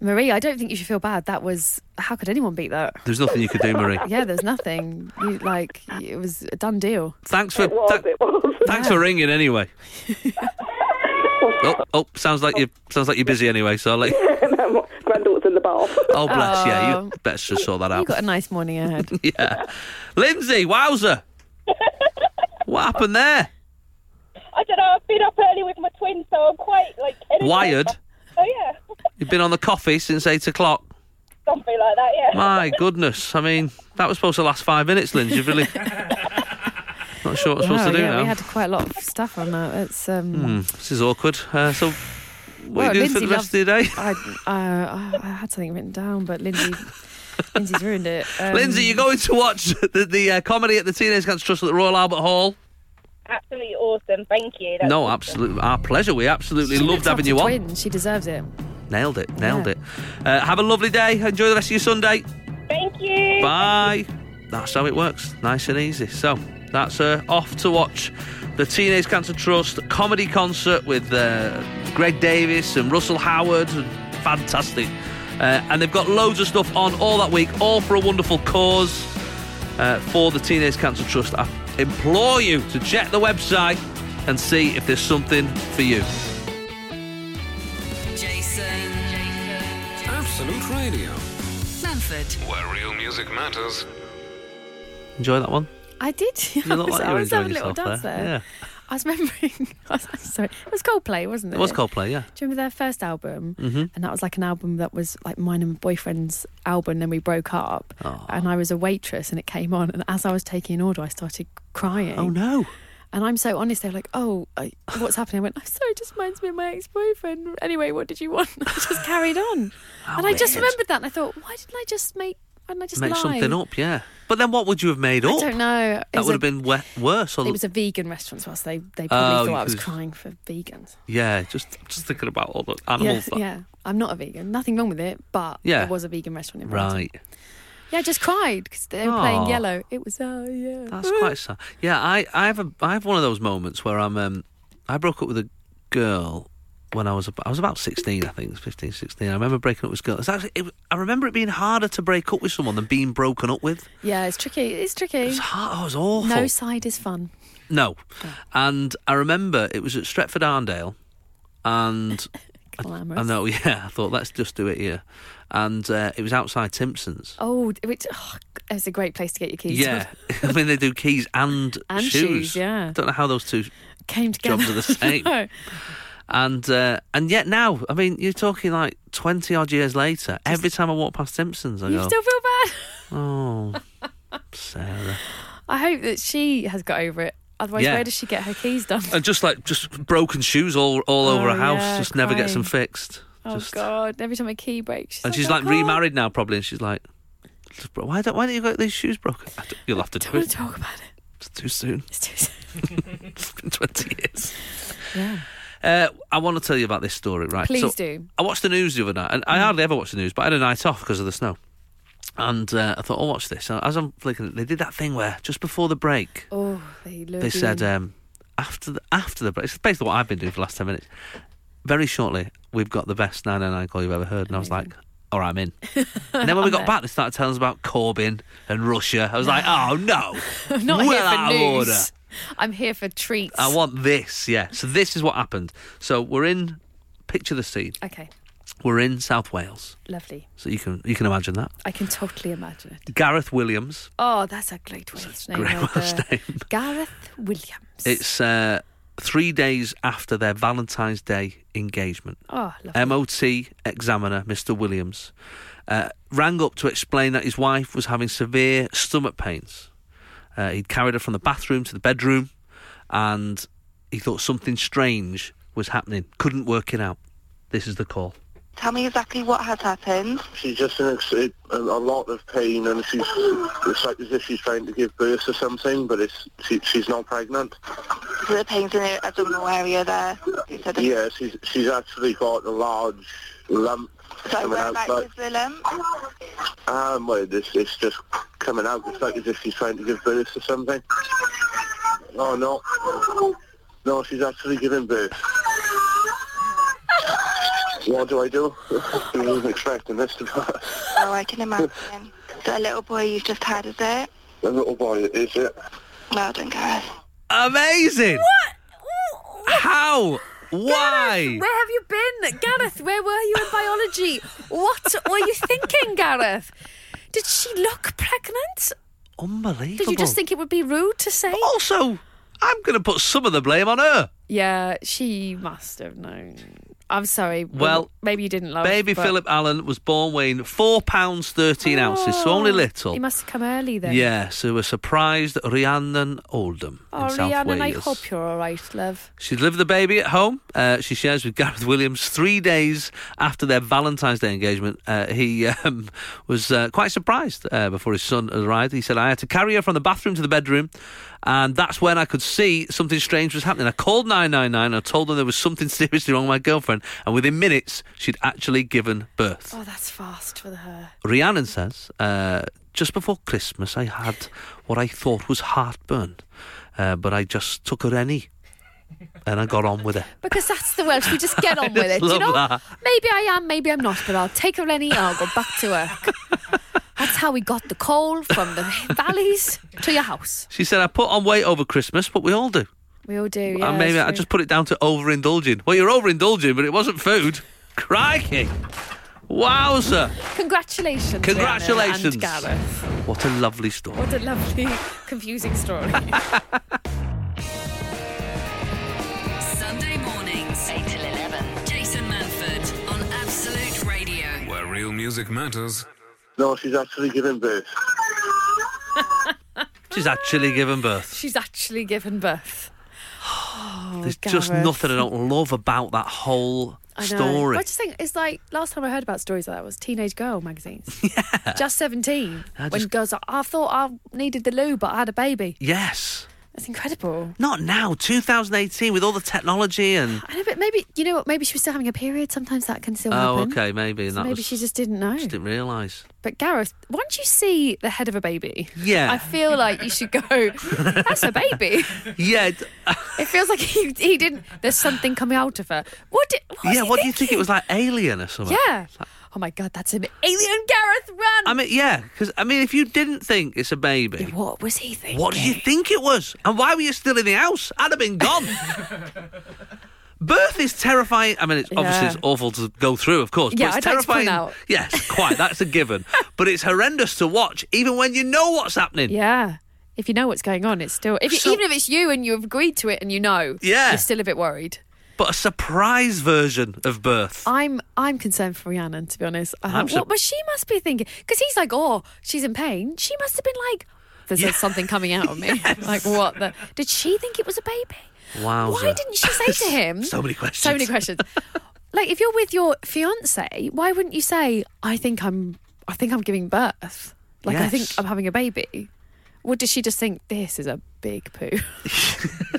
[SPEAKER 4] Marie, I don't think you should feel bad. That was. How could anyone beat that?
[SPEAKER 3] there's nothing you could do, Marie.
[SPEAKER 4] Yeah, there's nothing. You, like it was a done deal.
[SPEAKER 3] Thanks for
[SPEAKER 5] It was,
[SPEAKER 3] tha-
[SPEAKER 5] it was.
[SPEAKER 3] thanks for ringing anyway. Oh, oh, sounds like you sounds like you're busy anyway. So I'll let you.
[SPEAKER 5] Granddaughter's in the bath.
[SPEAKER 3] Oh bless, yeah. You
[SPEAKER 4] Oh.
[SPEAKER 3] better just sort that
[SPEAKER 4] You
[SPEAKER 3] out.
[SPEAKER 4] got a nice morning ahead.
[SPEAKER 3] yeah, Lindsay, wowzer, what happened there?
[SPEAKER 6] I don't know. I've been up early with my twins, so I'm quite like energetic.
[SPEAKER 3] Wired.
[SPEAKER 6] Oh yeah,
[SPEAKER 3] You've been on the coffee since eight o'clock.
[SPEAKER 6] something like that. Yeah.
[SPEAKER 3] My goodness, I mean that was supposed to last five minutes, Lindsay. You've really not sure what I'm supposed
[SPEAKER 4] Wow,
[SPEAKER 3] to do
[SPEAKER 4] yeah,
[SPEAKER 3] now. Hmm.
[SPEAKER 4] we had quite a lot of stuff on that. It's um,
[SPEAKER 3] This is awkward. Uh, so, what
[SPEAKER 4] Well,
[SPEAKER 3] are you doing
[SPEAKER 4] Lindsay
[SPEAKER 3] for the rest of your day?
[SPEAKER 4] I, uh, I had something written down, but Lindsay, Lindsay's ruined it. Um,
[SPEAKER 3] Lindsay, you're going to watch the, the uh, comedy at the Teenage Cancer Trust at the Royal Albert Hall.
[SPEAKER 6] Absolutely awesome. Thank you. That's
[SPEAKER 3] No,
[SPEAKER 6] awesome.
[SPEAKER 3] absolutely. Our pleasure. We absolutely
[SPEAKER 4] she
[SPEAKER 3] loved
[SPEAKER 4] looked
[SPEAKER 3] having
[SPEAKER 4] after
[SPEAKER 3] you on.
[SPEAKER 4] twins. She deserves it.
[SPEAKER 3] Nailed it. Nailed
[SPEAKER 4] Yeah.
[SPEAKER 3] it. Uh, have a lovely day. Enjoy the rest of your Sunday.
[SPEAKER 6] Thank you.
[SPEAKER 3] Bye. That's how it works. Nice and easy. So that's uh, off to watch the Teenage Cancer Trust comedy concert with uh, Greg Davis and Russell Howard. Fantastic. Uh, and they've got loads of stuff on all that week, all for a wonderful cause uh, for the Teenage Cancer Trust. I implore you to check the website and see if there's something for you.
[SPEAKER 1] Jason. Jason.
[SPEAKER 2] Absolute Radio,
[SPEAKER 1] Manford.
[SPEAKER 2] where real music matters.
[SPEAKER 3] Enjoy that one.
[SPEAKER 4] I did.
[SPEAKER 3] You look
[SPEAKER 4] I was,
[SPEAKER 3] like
[SPEAKER 4] I
[SPEAKER 3] you're
[SPEAKER 4] was
[SPEAKER 3] enjoying
[SPEAKER 4] having a little
[SPEAKER 3] yourself
[SPEAKER 4] dance there.
[SPEAKER 3] there. Yeah,
[SPEAKER 4] I was remembering. I was, I'm sorry. It was Coldplay, wasn't it?
[SPEAKER 3] it was Coldplay. Yeah.
[SPEAKER 4] Do you remember their first album? Mm-hmm. And that was like an album that was like mine and my boyfriend's album. Then we broke up, and I was a waitress, and it came on. And as I was taking an order, I started crying.
[SPEAKER 3] Oh no.
[SPEAKER 4] And I'm so honest. They're like, "Oh, I, what's happening?" I went, "I'm sorry. it Just reminds me of my ex-boyfriend." Anyway, what did you want? I just carried on, and I just
[SPEAKER 3] weird.
[SPEAKER 4] remembered that, and I thought, "Why didn't I just make? Why didn't I just
[SPEAKER 3] Make
[SPEAKER 4] lie?
[SPEAKER 3] something up, yeah. But then what would you have made up?
[SPEAKER 4] I don't know. It
[SPEAKER 3] That
[SPEAKER 4] was
[SPEAKER 3] would
[SPEAKER 4] a-
[SPEAKER 3] have been we- worse. Or,
[SPEAKER 4] It was a vegan restaurant, so they they
[SPEAKER 3] Oh,
[SPEAKER 4] probably
[SPEAKER 3] you
[SPEAKER 4] thought I was
[SPEAKER 3] could-
[SPEAKER 4] crying for vegans.
[SPEAKER 3] yeah, just just thinking about all the
[SPEAKER 4] Yeah,
[SPEAKER 3] animals. that-
[SPEAKER 4] yeah. I'm not a vegan. Nothing wrong with it, but
[SPEAKER 3] Yeah.
[SPEAKER 4] there was a vegan restaurant in Brighton.
[SPEAKER 3] Right.
[SPEAKER 4] Yeah, I just cried because they were playing
[SPEAKER 3] Aw.
[SPEAKER 4] Yellow. It was oh yeah.
[SPEAKER 3] That's quite sad. Yeah, I, I have a I have one of those moments where I'm um I broke up with a girl when I was about, I was about 16, I think, 15, 16. I remember breaking up with this girl. It's actually it, was- I remember it being harder to break up with someone than being broken up with.
[SPEAKER 4] Yeah, it's tricky. It's tricky.
[SPEAKER 3] It's hard. Oh, it was awful.
[SPEAKER 4] No side is fun.
[SPEAKER 3] No. And I remember it was at Stretford Arndale and
[SPEAKER 4] Glamorous.
[SPEAKER 3] I know, yeah. I thought, let's just do it here. And uh, it was outside Timpson's.
[SPEAKER 4] Oh, which oh, it's a great place to get your keys.
[SPEAKER 3] Yeah. I mean, they do keys and,
[SPEAKER 4] And
[SPEAKER 3] shoes.
[SPEAKER 4] shoes, yeah.
[SPEAKER 3] Don't know how those two.
[SPEAKER 4] came together.
[SPEAKER 3] Jobs are the same.
[SPEAKER 4] No.
[SPEAKER 3] And uh, and yet now, I mean, you're talking like 20 odd years later. every time I walk past Timpson's, I
[SPEAKER 4] You
[SPEAKER 3] go,
[SPEAKER 4] still feel bad.
[SPEAKER 3] oh, Sarah.
[SPEAKER 4] I hope that she has got over it. Otherwise,
[SPEAKER 3] Yeah.
[SPEAKER 4] where does she get her keys done?
[SPEAKER 3] And just like, just broken shoes all, all
[SPEAKER 4] Oh,
[SPEAKER 3] over her house,
[SPEAKER 4] yeah,
[SPEAKER 3] just never gets them fixed.
[SPEAKER 4] Oh
[SPEAKER 3] just,
[SPEAKER 4] God! Every time a key breaks, she's "Oh,
[SPEAKER 3] And she's
[SPEAKER 4] "I
[SPEAKER 3] like
[SPEAKER 4] can't.
[SPEAKER 3] remarried now, probably, and she's like, why don't, why don't you get these shoes broken? I don't- You'll have to do
[SPEAKER 4] I don't want to
[SPEAKER 3] it.
[SPEAKER 4] talk about it.
[SPEAKER 3] It's too soon.
[SPEAKER 4] It's too soon.
[SPEAKER 3] It's been 20 years.
[SPEAKER 4] Yeah.
[SPEAKER 3] Uh, I want to tell you about this story, right?
[SPEAKER 4] Please
[SPEAKER 3] So,
[SPEAKER 4] do. Mm.
[SPEAKER 3] I watched the news the other night, and I hardly ever watch the news, but I had a night off because of the snow. And uh, I thought, oh, watch this. And as I'm flicking it, they did that thing where just before the break,
[SPEAKER 4] Oh, they look.
[SPEAKER 3] they said um, after the after the break. It's basically what I've been doing for the last ten minutes. Very shortly, we've got the best 999 call you've ever heard, and I was like, "All right, I'm in." And then when we got back, they started telling us about Corbyn and Russia. I was like, "Oh no,
[SPEAKER 4] I'm not
[SPEAKER 3] well
[SPEAKER 4] here for
[SPEAKER 3] out of
[SPEAKER 4] news.
[SPEAKER 3] order."
[SPEAKER 4] I'm here for treats.
[SPEAKER 3] I want this, yeah. So this is what happened. So we're in. Picture the scene.
[SPEAKER 4] okay,
[SPEAKER 3] We're in South Wales,
[SPEAKER 4] lovely.
[SPEAKER 3] so you can you can imagine that.
[SPEAKER 4] I can totally imagine it.
[SPEAKER 3] Gareth Williams.
[SPEAKER 4] Oh, that's a great Welsh name.
[SPEAKER 3] great
[SPEAKER 4] right
[SPEAKER 3] Welsh
[SPEAKER 4] there.
[SPEAKER 3] name.
[SPEAKER 4] Gareth Williams.
[SPEAKER 3] It's uh, three days after their Valentine's Day engagement.
[SPEAKER 4] oh, lovely.
[SPEAKER 3] MOT examiner, Mr. Williams, uh, rang up to explain that his wife was having severe stomach pains. Uh, he'd carried her from the bathroom to the bedroom, and he thought something strange was happening. Couldn't work it out. This is the call.
[SPEAKER 7] Tell me exactly what has happened.
[SPEAKER 8] She's just in a, a lot of pain and she's it's like as if she's trying to give birth or something, but it's she, she's not pregnant.
[SPEAKER 7] So the pain's in the abdominal area there. You said it-
[SPEAKER 8] Yeah, she's she's actually got a large lump
[SPEAKER 7] So
[SPEAKER 8] coming
[SPEAKER 7] where
[SPEAKER 8] out,
[SPEAKER 7] back
[SPEAKER 8] like
[SPEAKER 7] is the lump?
[SPEAKER 8] um, well, it's, it's just coming out. It's like as if she's trying to give birth or something. Oh no, no, she's actually giving birth. What do I do? I wasn't expecting this to pass.
[SPEAKER 7] Oh, I can imagine. The little boy you've just had, is it?
[SPEAKER 8] The little boy, is it?
[SPEAKER 7] Well done, Gareth.
[SPEAKER 3] Amazing! What? How? Why?
[SPEAKER 4] Gareth, where have you been? Gareth, where were you in biology? What were you thinking, Gareth? Did she look pregnant?
[SPEAKER 3] Unbelievable.
[SPEAKER 4] Did you just think it would be rude to say?
[SPEAKER 3] Also, I'm going to put some of the blame on her.
[SPEAKER 4] Yeah, she must have known. I'm sorry.
[SPEAKER 3] Well,
[SPEAKER 4] maybe you didn't love
[SPEAKER 3] Baby
[SPEAKER 4] but-
[SPEAKER 3] Philip Allen was born weighing four pounds thirteen ounces, so
[SPEAKER 4] Oh,
[SPEAKER 3] only little.
[SPEAKER 4] He must have come early then.
[SPEAKER 3] Yeah, so we're surprised Rhiannon Oldham
[SPEAKER 4] Oh,
[SPEAKER 3] in South
[SPEAKER 4] Rhiannon, I
[SPEAKER 3] Wales.
[SPEAKER 4] hope you're all right, love.
[SPEAKER 3] She's lived the baby at home. Uh, she shares with Gareth Williams three days after their Valentine's Day engagement. Uh, he um, was uh, quite surprised uh, before his son arrived. He said, I had to carry her from the bathroom to the bedroom, and that's when I could see something strange was happening. I called 999 and I told them there was something seriously wrong with my girlfriend, and within minutes, she'd actually given birth.
[SPEAKER 4] Oh, that's fast for her.
[SPEAKER 3] Rhiannon says, uh, just before Christmas, I had what I thought was heartburn, uh, but I just took her any and I got on with it.
[SPEAKER 4] Because that's the Welsh. We just get on with
[SPEAKER 3] just
[SPEAKER 4] it. you
[SPEAKER 3] love
[SPEAKER 4] know?
[SPEAKER 3] that.
[SPEAKER 4] Maybe I am, maybe I'm not, but I'll take her any and I'll go back to work. That's how we got the coal from the valleys to your house.
[SPEAKER 3] She said, I put on weight over Christmas, but we all do.
[SPEAKER 4] We all do. Yeah,
[SPEAKER 3] and maybe
[SPEAKER 4] that's
[SPEAKER 3] I
[SPEAKER 4] true.
[SPEAKER 3] just put it down to overindulging. Well, you're overindulging, but it wasn't food. Crikey. Wowza.
[SPEAKER 4] Congratulations. Rhiannon
[SPEAKER 3] Congratulations.
[SPEAKER 4] And Gareth.
[SPEAKER 3] What a lovely story.
[SPEAKER 4] What a lovely, confusing story.
[SPEAKER 1] Sunday mornings, 8 till 11. Jason Manford on Absolute Radio.
[SPEAKER 2] Where real music matters.
[SPEAKER 8] No, she's actually giving birth.
[SPEAKER 3] She's actually given birth.
[SPEAKER 4] She's actually given birth.
[SPEAKER 3] There's just
[SPEAKER 4] Oh Gareth.
[SPEAKER 3] nothing I don't love about that whole
[SPEAKER 4] I know.
[SPEAKER 3] story.
[SPEAKER 4] I just think it's like last time I heard about stories like that was teenage girl magazines. Yeah. Just seventeen.
[SPEAKER 3] I
[SPEAKER 4] When
[SPEAKER 3] just-
[SPEAKER 4] girls are, I thought I needed the loo, but I had a baby.
[SPEAKER 3] Yes.
[SPEAKER 4] That's incredible.
[SPEAKER 3] Not now, 2018, with all the technology and.
[SPEAKER 4] I know, but maybe you know what? Maybe she was still having a period. Sometimes that can still
[SPEAKER 3] Oh,
[SPEAKER 4] happen.
[SPEAKER 3] okay, maybe. and
[SPEAKER 4] So
[SPEAKER 3] that
[SPEAKER 4] maybe
[SPEAKER 3] was,
[SPEAKER 4] she just didn't know.
[SPEAKER 3] just didn't realise.
[SPEAKER 4] But Gareth, once you see the head of a baby,
[SPEAKER 3] Yeah.
[SPEAKER 4] I feel like you should go. That's a baby.
[SPEAKER 3] Yeah, d-
[SPEAKER 4] It feels like he, he didn't. There's something coming out of her. What? Did, what was
[SPEAKER 3] yeah.
[SPEAKER 4] he
[SPEAKER 3] What do you think? It
[SPEAKER 4] thinking?
[SPEAKER 3] was like Alien or something.
[SPEAKER 4] Yeah. Oh my God, that's an alien, Gareth. Run.
[SPEAKER 3] I mean, yeah, because I mean, if you didn't think it's a baby,
[SPEAKER 4] what was he thinking?
[SPEAKER 3] what do you think it was? And why were you still in the house? I'd have been gone. Birth is terrifying. I mean, it's obviously
[SPEAKER 4] Yeah.
[SPEAKER 3] it's awful to go through, of course.
[SPEAKER 4] Yeah,
[SPEAKER 3] but it's
[SPEAKER 4] I'd like to point
[SPEAKER 3] terrifying.
[SPEAKER 4] out.
[SPEAKER 3] Yes, quite. That's a given. but it's horrendous to watch, even when you know what's happening.
[SPEAKER 4] Yeah. If you know what's going on, it's still. If you,
[SPEAKER 3] So-
[SPEAKER 4] even if it's you and you've agreed to it and you know,
[SPEAKER 3] Yeah.
[SPEAKER 4] you're still a bit worried.
[SPEAKER 3] But a surprise version of birth.
[SPEAKER 4] I'm I'm concerned for Rhiannon, to be honest. I
[SPEAKER 3] I'm
[SPEAKER 4] thought,
[SPEAKER 3] sur-
[SPEAKER 4] what was she must be thinking? Because he's like, oh, she's in pain. She must have been like, there's
[SPEAKER 3] Yeah.
[SPEAKER 4] something coming out of me. Like what? The, did she think it was a baby?
[SPEAKER 3] Wow.
[SPEAKER 4] Why didn't she say to him?
[SPEAKER 3] So many questions.
[SPEAKER 4] So many questions. like if you're with your fiance, why wouldn't you say, I think I'm I think I'm giving birth. Like I think
[SPEAKER 3] Yes.
[SPEAKER 4] I'm having a baby. Or does she just think this is a big poo?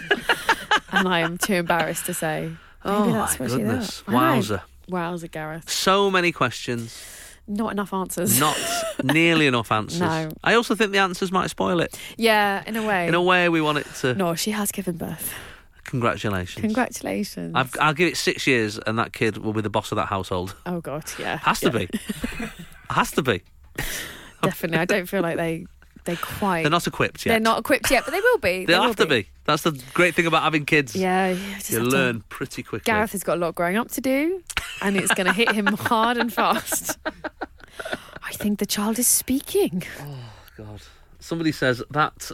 [SPEAKER 4] and I am too embarrassed to say. Maybe
[SPEAKER 3] Oh,
[SPEAKER 4] that's
[SPEAKER 3] my
[SPEAKER 4] what she thought.
[SPEAKER 3] goodness.
[SPEAKER 4] I know.
[SPEAKER 3] Wowzer.
[SPEAKER 4] Wowzer, Gareth.
[SPEAKER 3] So many questions.
[SPEAKER 4] Not enough answers.
[SPEAKER 3] not nearly enough answers.
[SPEAKER 4] No.
[SPEAKER 3] I also think the answers might spoil it.
[SPEAKER 4] Yeah, in a way.
[SPEAKER 3] In a way, we want it to.
[SPEAKER 4] No, she has given birth.
[SPEAKER 3] Congratulations.
[SPEAKER 4] Congratulations.
[SPEAKER 3] I've, I'll give it six years, and that kid will be the boss of that household.
[SPEAKER 4] Oh god, yeah.
[SPEAKER 3] Has
[SPEAKER 4] Yeah,
[SPEAKER 3] to be. Has to be.
[SPEAKER 4] Definitely. I don't feel like they they quite
[SPEAKER 3] They're not equipped yet.
[SPEAKER 4] They're not equipped yet, but they will be.
[SPEAKER 3] They'll
[SPEAKER 4] will
[SPEAKER 3] have to be. That's the great thing about having kids.
[SPEAKER 4] Yeah, you, just
[SPEAKER 3] You
[SPEAKER 4] have to-
[SPEAKER 3] learn pretty quickly.
[SPEAKER 4] Gareth has got a lot growing up to do, and it's going to hit him hard and fast. I think the child is speaking.
[SPEAKER 3] God. Somebody says that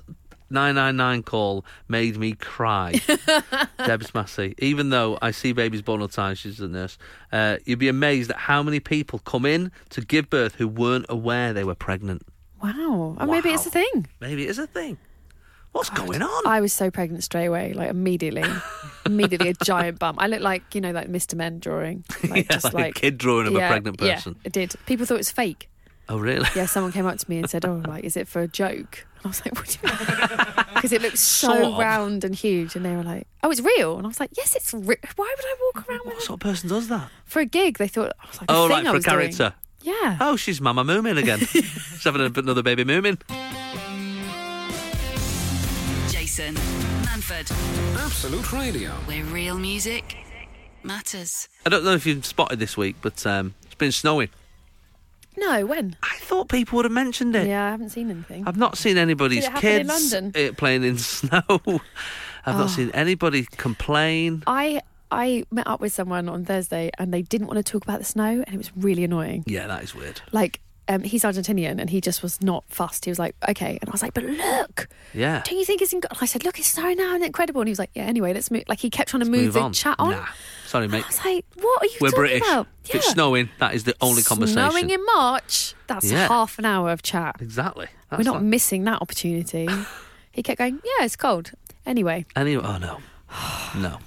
[SPEAKER 3] 999 call made me cry. Debs Massey. Even though I see babies born all the time, she's a nurse. Uh, you'd be amazed at how many people come in to give birth who weren't aware they were pregnant.
[SPEAKER 4] Wow. And maybe it's a
[SPEAKER 3] Wow.
[SPEAKER 4] thing.
[SPEAKER 3] Maybe it is a thing. What's going on?
[SPEAKER 4] I was so pregnant straight away, like immediately. immediately a giant bump. I looked like, you know, like Mr. Men drawing. Like,
[SPEAKER 3] Yeah, like a kid drawing of a
[SPEAKER 4] yeah,
[SPEAKER 3] pregnant person.
[SPEAKER 4] Yeah, it did. People thought it was fake.
[SPEAKER 3] oh, really?
[SPEAKER 4] Yeah, someone came up to me and said, oh, like, is it for a joke? And I was like, what do you mean? Because it looks so
[SPEAKER 3] Sort of.
[SPEAKER 4] round and huge. And they were like, oh, it's real. And I was like, yes, it's real. Why would I walk around with
[SPEAKER 3] What sort of person does that?
[SPEAKER 4] for a gig. They thought I was like, a
[SPEAKER 3] oh,
[SPEAKER 4] thing
[SPEAKER 3] right, for
[SPEAKER 4] I
[SPEAKER 3] a
[SPEAKER 4] was doing.
[SPEAKER 3] character.
[SPEAKER 4] Yeah.
[SPEAKER 3] Oh, she's Mama Moomin again. she's having another baby Moomin.
[SPEAKER 1] Jason Manford,
[SPEAKER 2] Absolute Radio.
[SPEAKER 1] where real music matters.
[SPEAKER 3] I don't know if you've spotted this week, but um, it's been snowing.
[SPEAKER 4] No, when?
[SPEAKER 3] I thought people would have mentioned it.
[SPEAKER 4] Yeah, I haven't seen anything.
[SPEAKER 3] I've not seen anybody's
[SPEAKER 4] Did it happen in
[SPEAKER 3] kids
[SPEAKER 4] London? Ah.
[SPEAKER 3] uh, playing in snow. I've not seen anybody complain.
[SPEAKER 4] I I met up with someone on Thursday and they didn't want to talk about the snow and it was really annoying.
[SPEAKER 3] Yeah, that is weird.
[SPEAKER 4] Like, um, he's Argentinian and he just was not fussed. He was like, okay. And I was like, but look,
[SPEAKER 3] Yeah.
[SPEAKER 4] don't you think it's incredible? I said, look, it's so now and incredible. And he was like, yeah, anyway, let's move. Like, he kept trying to move,
[SPEAKER 3] Move
[SPEAKER 4] the
[SPEAKER 3] on.
[SPEAKER 4] chat on.
[SPEAKER 3] Nah. Sorry,
[SPEAKER 4] And
[SPEAKER 3] mate.
[SPEAKER 4] I was like, what are you
[SPEAKER 3] We're
[SPEAKER 4] talking
[SPEAKER 3] British.
[SPEAKER 4] about?
[SPEAKER 3] If it's snowing, that is the only conversation.
[SPEAKER 4] Snowing in March, that's
[SPEAKER 3] Yeah.
[SPEAKER 4] half an hour of chat.
[SPEAKER 3] exactly. That's
[SPEAKER 4] We're not
[SPEAKER 3] like-
[SPEAKER 4] missing that opportunity. he kept going, yeah, it's cold. Anyway,
[SPEAKER 3] Anyway, oh no, no.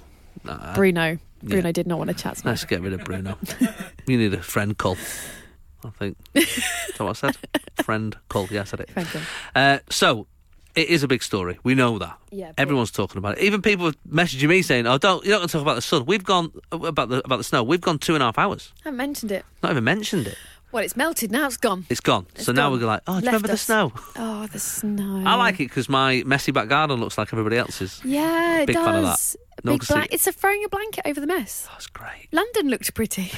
[SPEAKER 3] No, I-
[SPEAKER 4] Bruno. Bruno did not want to chat.
[SPEAKER 3] let's get rid of Bruno. you need a friend call. I think. Is that what I said? Friend call. Yeah, I said it.
[SPEAKER 4] Friend call.
[SPEAKER 3] Uh, so. It is a big story. We know that.
[SPEAKER 4] Yeah, but-
[SPEAKER 3] Everyone's talking about it. Even people messaging me saying, "Oh, don't you don't talk about the sun." We've gone uh, about the about the snow. We've gone two and a half hours.
[SPEAKER 4] I mentioned it.
[SPEAKER 3] Not even mentioned it.
[SPEAKER 4] Well, it's melted now. It's gone.
[SPEAKER 3] It's gone.
[SPEAKER 4] It's
[SPEAKER 3] so now
[SPEAKER 4] gone.
[SPEAKER 3] we're like, "Oh, do you
[SPEAKER 4] Left
[SPEAKER 3] remember the
[SPEAKER 4] us.
[SPEAKER 3] snow?"
[SPEAKER 4] Oh, the snow.
[SPEAKER 3] I like it because my messy back garden looks like everybody else's.
[SPEAKER 4] Yeah, it
[SPEAKER 3] Big
[SPEAKER 4] does.
[SPEAKER 3] fan of that. No,
[SPEAKER 4] Big
[SPEAKER 3] I see
[SPEAKER 4] blan-
[SPEAKER 3] it.
[SPEAKER 4] it's a throwing a blanket over the mess.
[SPEAKER 3] That's great.
[SPEAKER 4] London looked pretty.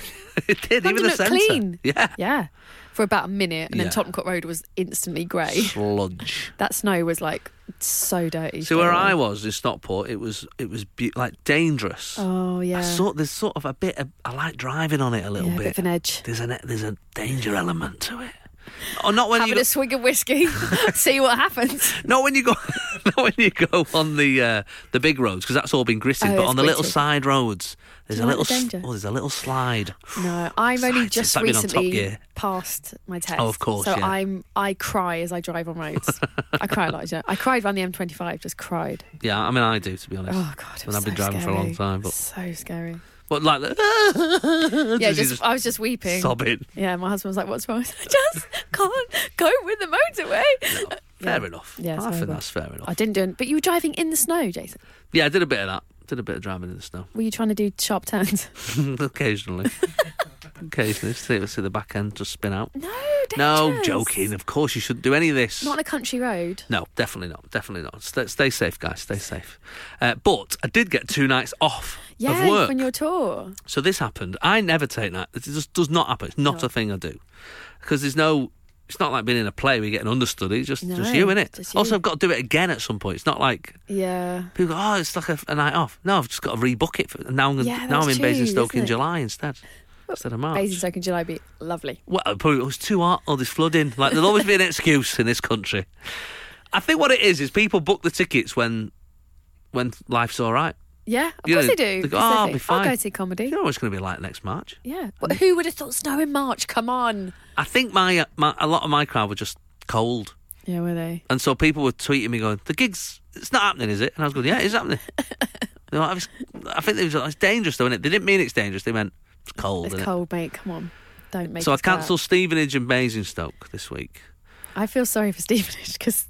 [SPEAKER 3] it did.
[SPEAKER 4] London
[SPEAKER 3] even the
[SPEAKER 4] looked
[SPEAKER 3] centre.
[SPEAKER 4] clean.
[SPEAKER 3] Yeah.
[SPEAKER 4] Yeah. For about a minute, and
[SPEAKER 3] Yeah.
[SPEAKER 4] then Tottenham Court Road was instantly grey.
[SPEAKER 3] Sludge.
[SPEAKER 4] that snow was like so dirty.
[SPEAKER 3] So where I was in Stockport, it was it was be- like dangerous.
[SPEAKER 4] Oh yeah.
[SPEAKER 3] I sort there's sort of a bit. Of, I like driving on it a little
[SPEAKER 4] Yeah, a bit of an edge.
[SPEAKER 3] There's an there's a danger element to it. Or not when you
[SPEAKER 4] Having
[SPEAKER 3] go,
[SPEAKER 4] a swig of whiskey, see what happens.
[SPEAKER 3] not when you go not when you go on the uh, the big roads because that's all been gritted.
[SPEAKER 4] Oh,
[SPEAKER 3] but
[SPEAKER 4] it's
[SPEAKER 3] on the little
[SPEAKER 4] gritted.
[SPEAKER 3] side roads, there's
[SPEAKER 4] Do
[SPEAKER 3] a
[SPEAKER 4] you like
[SPEAKER 3] little
[SPEAKER 4] the
[SPEAKER 3] s-
[SPEAKER 4] danger?
[SPEAKER 3] oh there's a little slide.
[SPEAKER 4] No, I'm
[SPEAKER 3] Excited.
[SPEAKER 4] only
[SPEAKER 3] It's
[SPEAKER 4] just
[SPEAKER 3] like being on Top
[SPEAKER 4] recently
[SPEAKER 3] Gear.
[SPEAKER 4] passed my test.
[SPEAKER 3] Oh, of course,
[SPEAKER 4] So
[SPEAKER 3] yeah.
[SPEAKER 4] I'm I cry as I drive on roads. I cry a lot. Yeah. I cried around the M25. Just cried.
[SPEAKER 3] Yeah, I mean I do to be honest.
[SPEAKER 4] Oh god, it
[SPEAKER 3] and
[SPEAKER 4] was
[SPEAKER 3] I've been
[SPEAKER 4] so
[SPEAKER 3] driving for a long
[SPEAKER 4] scary.
[SPEAKER 3] time, but
[SPEAKER 4] so scary.
[SPEAKER 3] but like the,
[SPEAKER 4] Yeah,
[SPEAKER 3] you
[SPEAKER 4] just, I was just weeping.
[SPEAKER 3] sobbing.
[SPEAKER 4] Yeah, my husband was like, "What's wrong?" I, said, I just can't go with the motorway. Uh,
[SPEAKER 3] Fair enough.
[SPEAKER 4] Yeah, it's
[SPEAKER 3] I think
[SPEAKER 4] horrible.
[SPEAKER 3] that's fair enough.
[SPEAKER 4] I didn't do it, but you were driving in the snow, Jason.
[SPEAKER 3] Yeah, I did a bit of that. Did a bit of driving in the snow
[SPEAKER 4] Were you trying to do sharp turns?
[SPEAKER 3] occasionally. occasionally, see, let's see the back end just spin out.
[SPEAKER 4] No,
[SPEAKER 3] No,
[SPEAKER 4] dangerous.
[SPEAKER 3] joking. Of course, you shouldn't do any of this.
[SPEAKER 4] Not on a country road.
[SPEAKER 3] no, definitely not. Definitely not. Stay, stay safe, guys. Stay safe. Uh, but I did get two nights off
[SPEAKER 4] Yeah,
[SPEAKER 3] of work.
[SPEAKER 4] on your tour.
[SPEAKER 3] So this happened. I never take night. It just does not happen. It's not a thing I do because there's no. It's not like being in a play where you get an understudy. It's just, just
[SPEAKER 4] No,
[SPEAKER 3] you in it.
[SPEAKER 4] just you.
[SPEAKER 3] Also, I've got to do it again at some point. It's not like
[SPEAKER 4] Yeah.
[SPEAKER 3] People go, oh, it's like a, a night off. No, I've just got to rebook it. For, now I'm, gonna-
[SPEAKER 4] Yeah,
[SPEAKER 3] now I'm in
[SPEAKER 4] that's true,
[SPEAKER 3] Basingstoke
[SPEAKER 4] isn't
[SPEAKER 3] in
[SPEAKER 4] it?
[SPEAKER 3] July instead, instead of March.
[SPEAKER 4] Basingstoke in July be lovely.
[SPEAKER 3] Well, uh, probably it was too hot. All this Oh, flooding. Like there'll always be an excuse in this country. I think what it is is people book the tickets when when life's all right.
[SPEAKER 4] Yeah, of
[SPEAKER 3] You
[SPEAKER 4] course
[SPEAKER 3] know,
[SPEAKER 4] they do.
[SPEAKER 3] they go,
[SPEAKER 4] 'cause they
[SPEAKER 3] "Oh, I'll
[SPEAKER 4] think,
[SPEAKER 3] be fine."
[SPEAKER 4] go see comedy.
[SPEAKER 3] You know what it's going to be like next March.
[SPEAKER 4] Yeah. But who would have thought snow in March? Come on.
[SPEAKER 3] I think my, my a lot of my crowd were just cold,
[SPEAKER 4] Yeah, were they?
[SPEAKER 3] and so people were tweeting me going, "The gigs, it's not happening, is it?" And I was going, "Yeah, it's happening." They were like, "It's- I think it was, like, it's dangerous though, is They didn't mean it's dangerous. They meant it's cold.
[SPEAKER 4] It's
[SPEAKER 3] innit?"
[SPEAKER 4] cold, mate. Come on. Don't make
[SPEAKER 3] So I
[SPEAKER 4] us go out.
[SPEAKER 3] cancelled Stevenage and Basingstoke this week.
[SPEAKER 4] I feel sorry for Stevenage because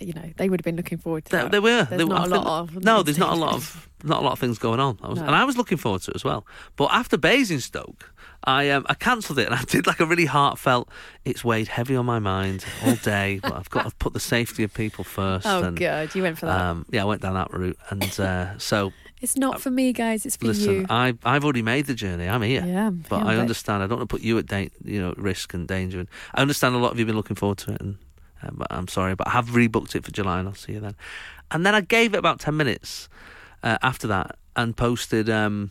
[SPEAKER 4] you know they would have been looking forward to
[SPEAKER 3] There,
[SPEAKER 4] that.
[SPEAKER 3] there were.
[SPEAKER 4] There's
[SPEAKER 3] there were-
[SPEAKER 4] not a
[SPEAKER 3] I think-
[SPEAKER 4] lot of.
[SPEAKER 3] No, there's not a lot of not a lot of things going on. I was,
[SPEAKER 4] No.
[SPEAKER 3] And I was looking forward to it as well. But after Basingstoke, I um, I cancelled it and I did like a really heartfelt. It's weighed heavy on my mind all day, but I've got to put the safety of people first.
[SPEAKER 4] Oh
[SPEAKER 3] and,
[SPEAKER 4] god, you went for that.
[SPEAKER 3] Um, yeah, I went down that route, and uh, so
[SPEAKER 4] it's not for me, guys. It's for
[SPEAKER 3] listen,
[SPEAKER 4] you.
[SPEAKER 3] I I've already made the journey. I'm here,
[SPEAKER 4] Yeah, I'm
[SPEAKER 3] but
[SPEAKER 4] here,
[SPEAKER 3] I
[SPEAKER 4] but-
[SPEAKER 3] understand. I don't want to put you at da- you know risk and danger. And I understand a lot of you've been looking forward to it, and uh, but I'm sorry, but I have rebooked it for July, and I'll see you then. And then I gave it about ten minutes uh, after that, and posted. Um,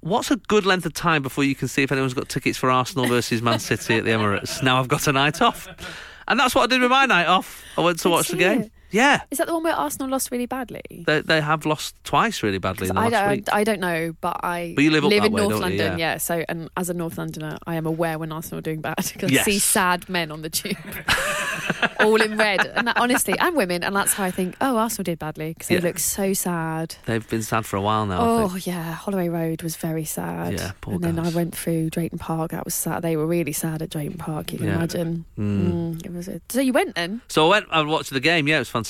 [SPEAKER 3] What's a good length of time before you can see if anyone's got tickets for Arsenal versus Man City at the Emirates? Now I've got a night off, and that's what I did with my night off. I went to
[SPEAKER 4] Good
[SPEAKER 3] watch the
[SPEAKER 4] for
[SPEAKER 3] game.
[SPEAKER 4] you.
[SPEAKER 3] Yeah,
[SPEAKER 4] Is that the one where Arsenal lost really badly?
[SPEAKER 3] they they have lost twice really badly in the
[SPEAKER 4] I
[SPEAKER 3] last week.
[SPEAKER 4] don't. I don't know, but I
[SPEAKER 3] But you live up that
[SPEAKER 4] in
[SPEAKER 3] way,
[SPEAKER 4] North
[SPEAKER 3] don't you?
[SPEAKER 4] London.
[SPEAKER 3] Yeah.
[SPEAKER 4] Yeah. So, and as a North Londoner, I am aware when Arsenal are doing bad because
[SPEAKER 3] Yes.
[SPEAKER 4] I see sad men on the tube, all in red, and that, honestly, and women, and that's how I think. Oh, Arsenal did badly because they
[SPEAKER 3] Yeah.
[SPEAKER 4] look so sad.
[SPEAKER 3] They've been sad for a while now. I
[SPEAKER 4] Oh
[SPEAKER 3] think.
[SPEAKER 4] yeah, Holloway Road was very sad.
[SPEAKER 3] Yeah, poor
[SPEAKER 4] And then
[SPEAKER 3] guys.
[SPEAKER 4] I went through Drayton Park. That was sad. They were really sad at Drayton Park. You can
[SPEAKER 3] Yeah. Hmm.
[SPEAKER 4] imagine. Mm, it was. A... So you went then?
[SPEAKER 3] So I went and watched the game. Yeah, it was fantastic.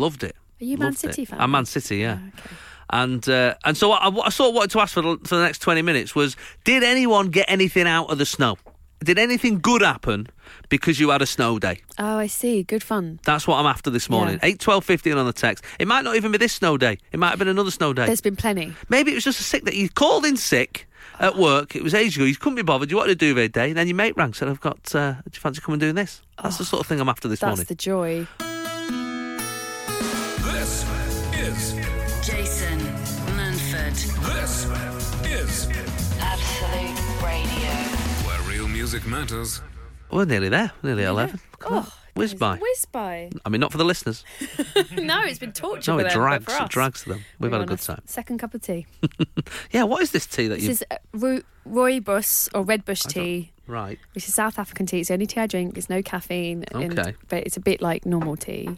[SPEAKER 3] Loved it.
[SPEAKER 4] Are you a Man
[SPEAKER 3] Loved
[SPEAKER 4] City
[SPEAKER 3] it.
[SPEAKER 4] fan? Ah,
[SPEAKER 3] I'm Man City, yeah.
[SPEAKER 4] Okay.
[SPEAKER 3] And uh, and so what I, what I sort of wanted to ask for the, for the next 20 minutes was did anyone get anything out of the snow? Did anything good happen because you had a snow day?
[SPEAKER 4] Oh, I see. Good fun.
[SPEAKER 3] That's what I'm after this morning.
[SPEAKER 4] Yeah.
[SPEAKER 3] Eight, twelve, fifteen on the text. It might not even be this snow day. It might have been another snow day.
[SPEAKER 4] There's been plenty.
[SPEAKER 3] Maybe it was just a sick that you called in sick at work. It was ages ago. You couldn't be bothered. You wanted a duvet day. And then your mate rang said, I've got, uh, do you fancy coming doing this? That's the sort of thing I'm after this
[SPEAKER 4] Oh, That's
[SPEAKER 3] morning.
[SPEAKER 4] the joy.
[SPEAKER 2] This is
[SPEAKER 1] Jason Manford,
[SPEAKER 2] this Music matters.
[SPEAKER 3] We're nearly there. Nearly eleven. Come on.
[SPEAKER 4] Oh,
[SPEAKER 3] Whiz
[SPEAKER 4] it's
[SPEAKER 3] by.
[SPEAKER 4] Whiz by.
[SPEAKER 3] I mean, not for the listeners.
[SPEAKER 4] No, it's been torture.
[SPEAKER 3] No,
[SPEAKER 4] for
[SPEAKER 3] it
[SPEAKER 4] them, but
[SPEAKER 3] drags.
[SPEAKER 4] for
[SPEAKER 3] It
[SPEAKER 4] us.
[SPEAKER 3] drags them. We've
[SPEAKER 4] We're
[SPEAKER 3] had a
[SPEAKER 4] on
[SPEAKER 3] good
[SPEAKER 4] s-
[SPEAKER 3] time.
[SPEAKER 4] Second cup of tea.
[SPEAKER 3] Yeah. What is this tea that
[SPEAKER 4] This
[SPEAKER 3] you?
[SPEAKER 4] is uh, Ro- rooibos or redbush tea,
[SPEAKER 3] Right.
[SPEAKER 4] which is South African tea. It's the only tea I drink. It's no caffeine. and-
[SPEAKER 3] Okay.
[SPEAKER 4] but it's a bit like normal tea.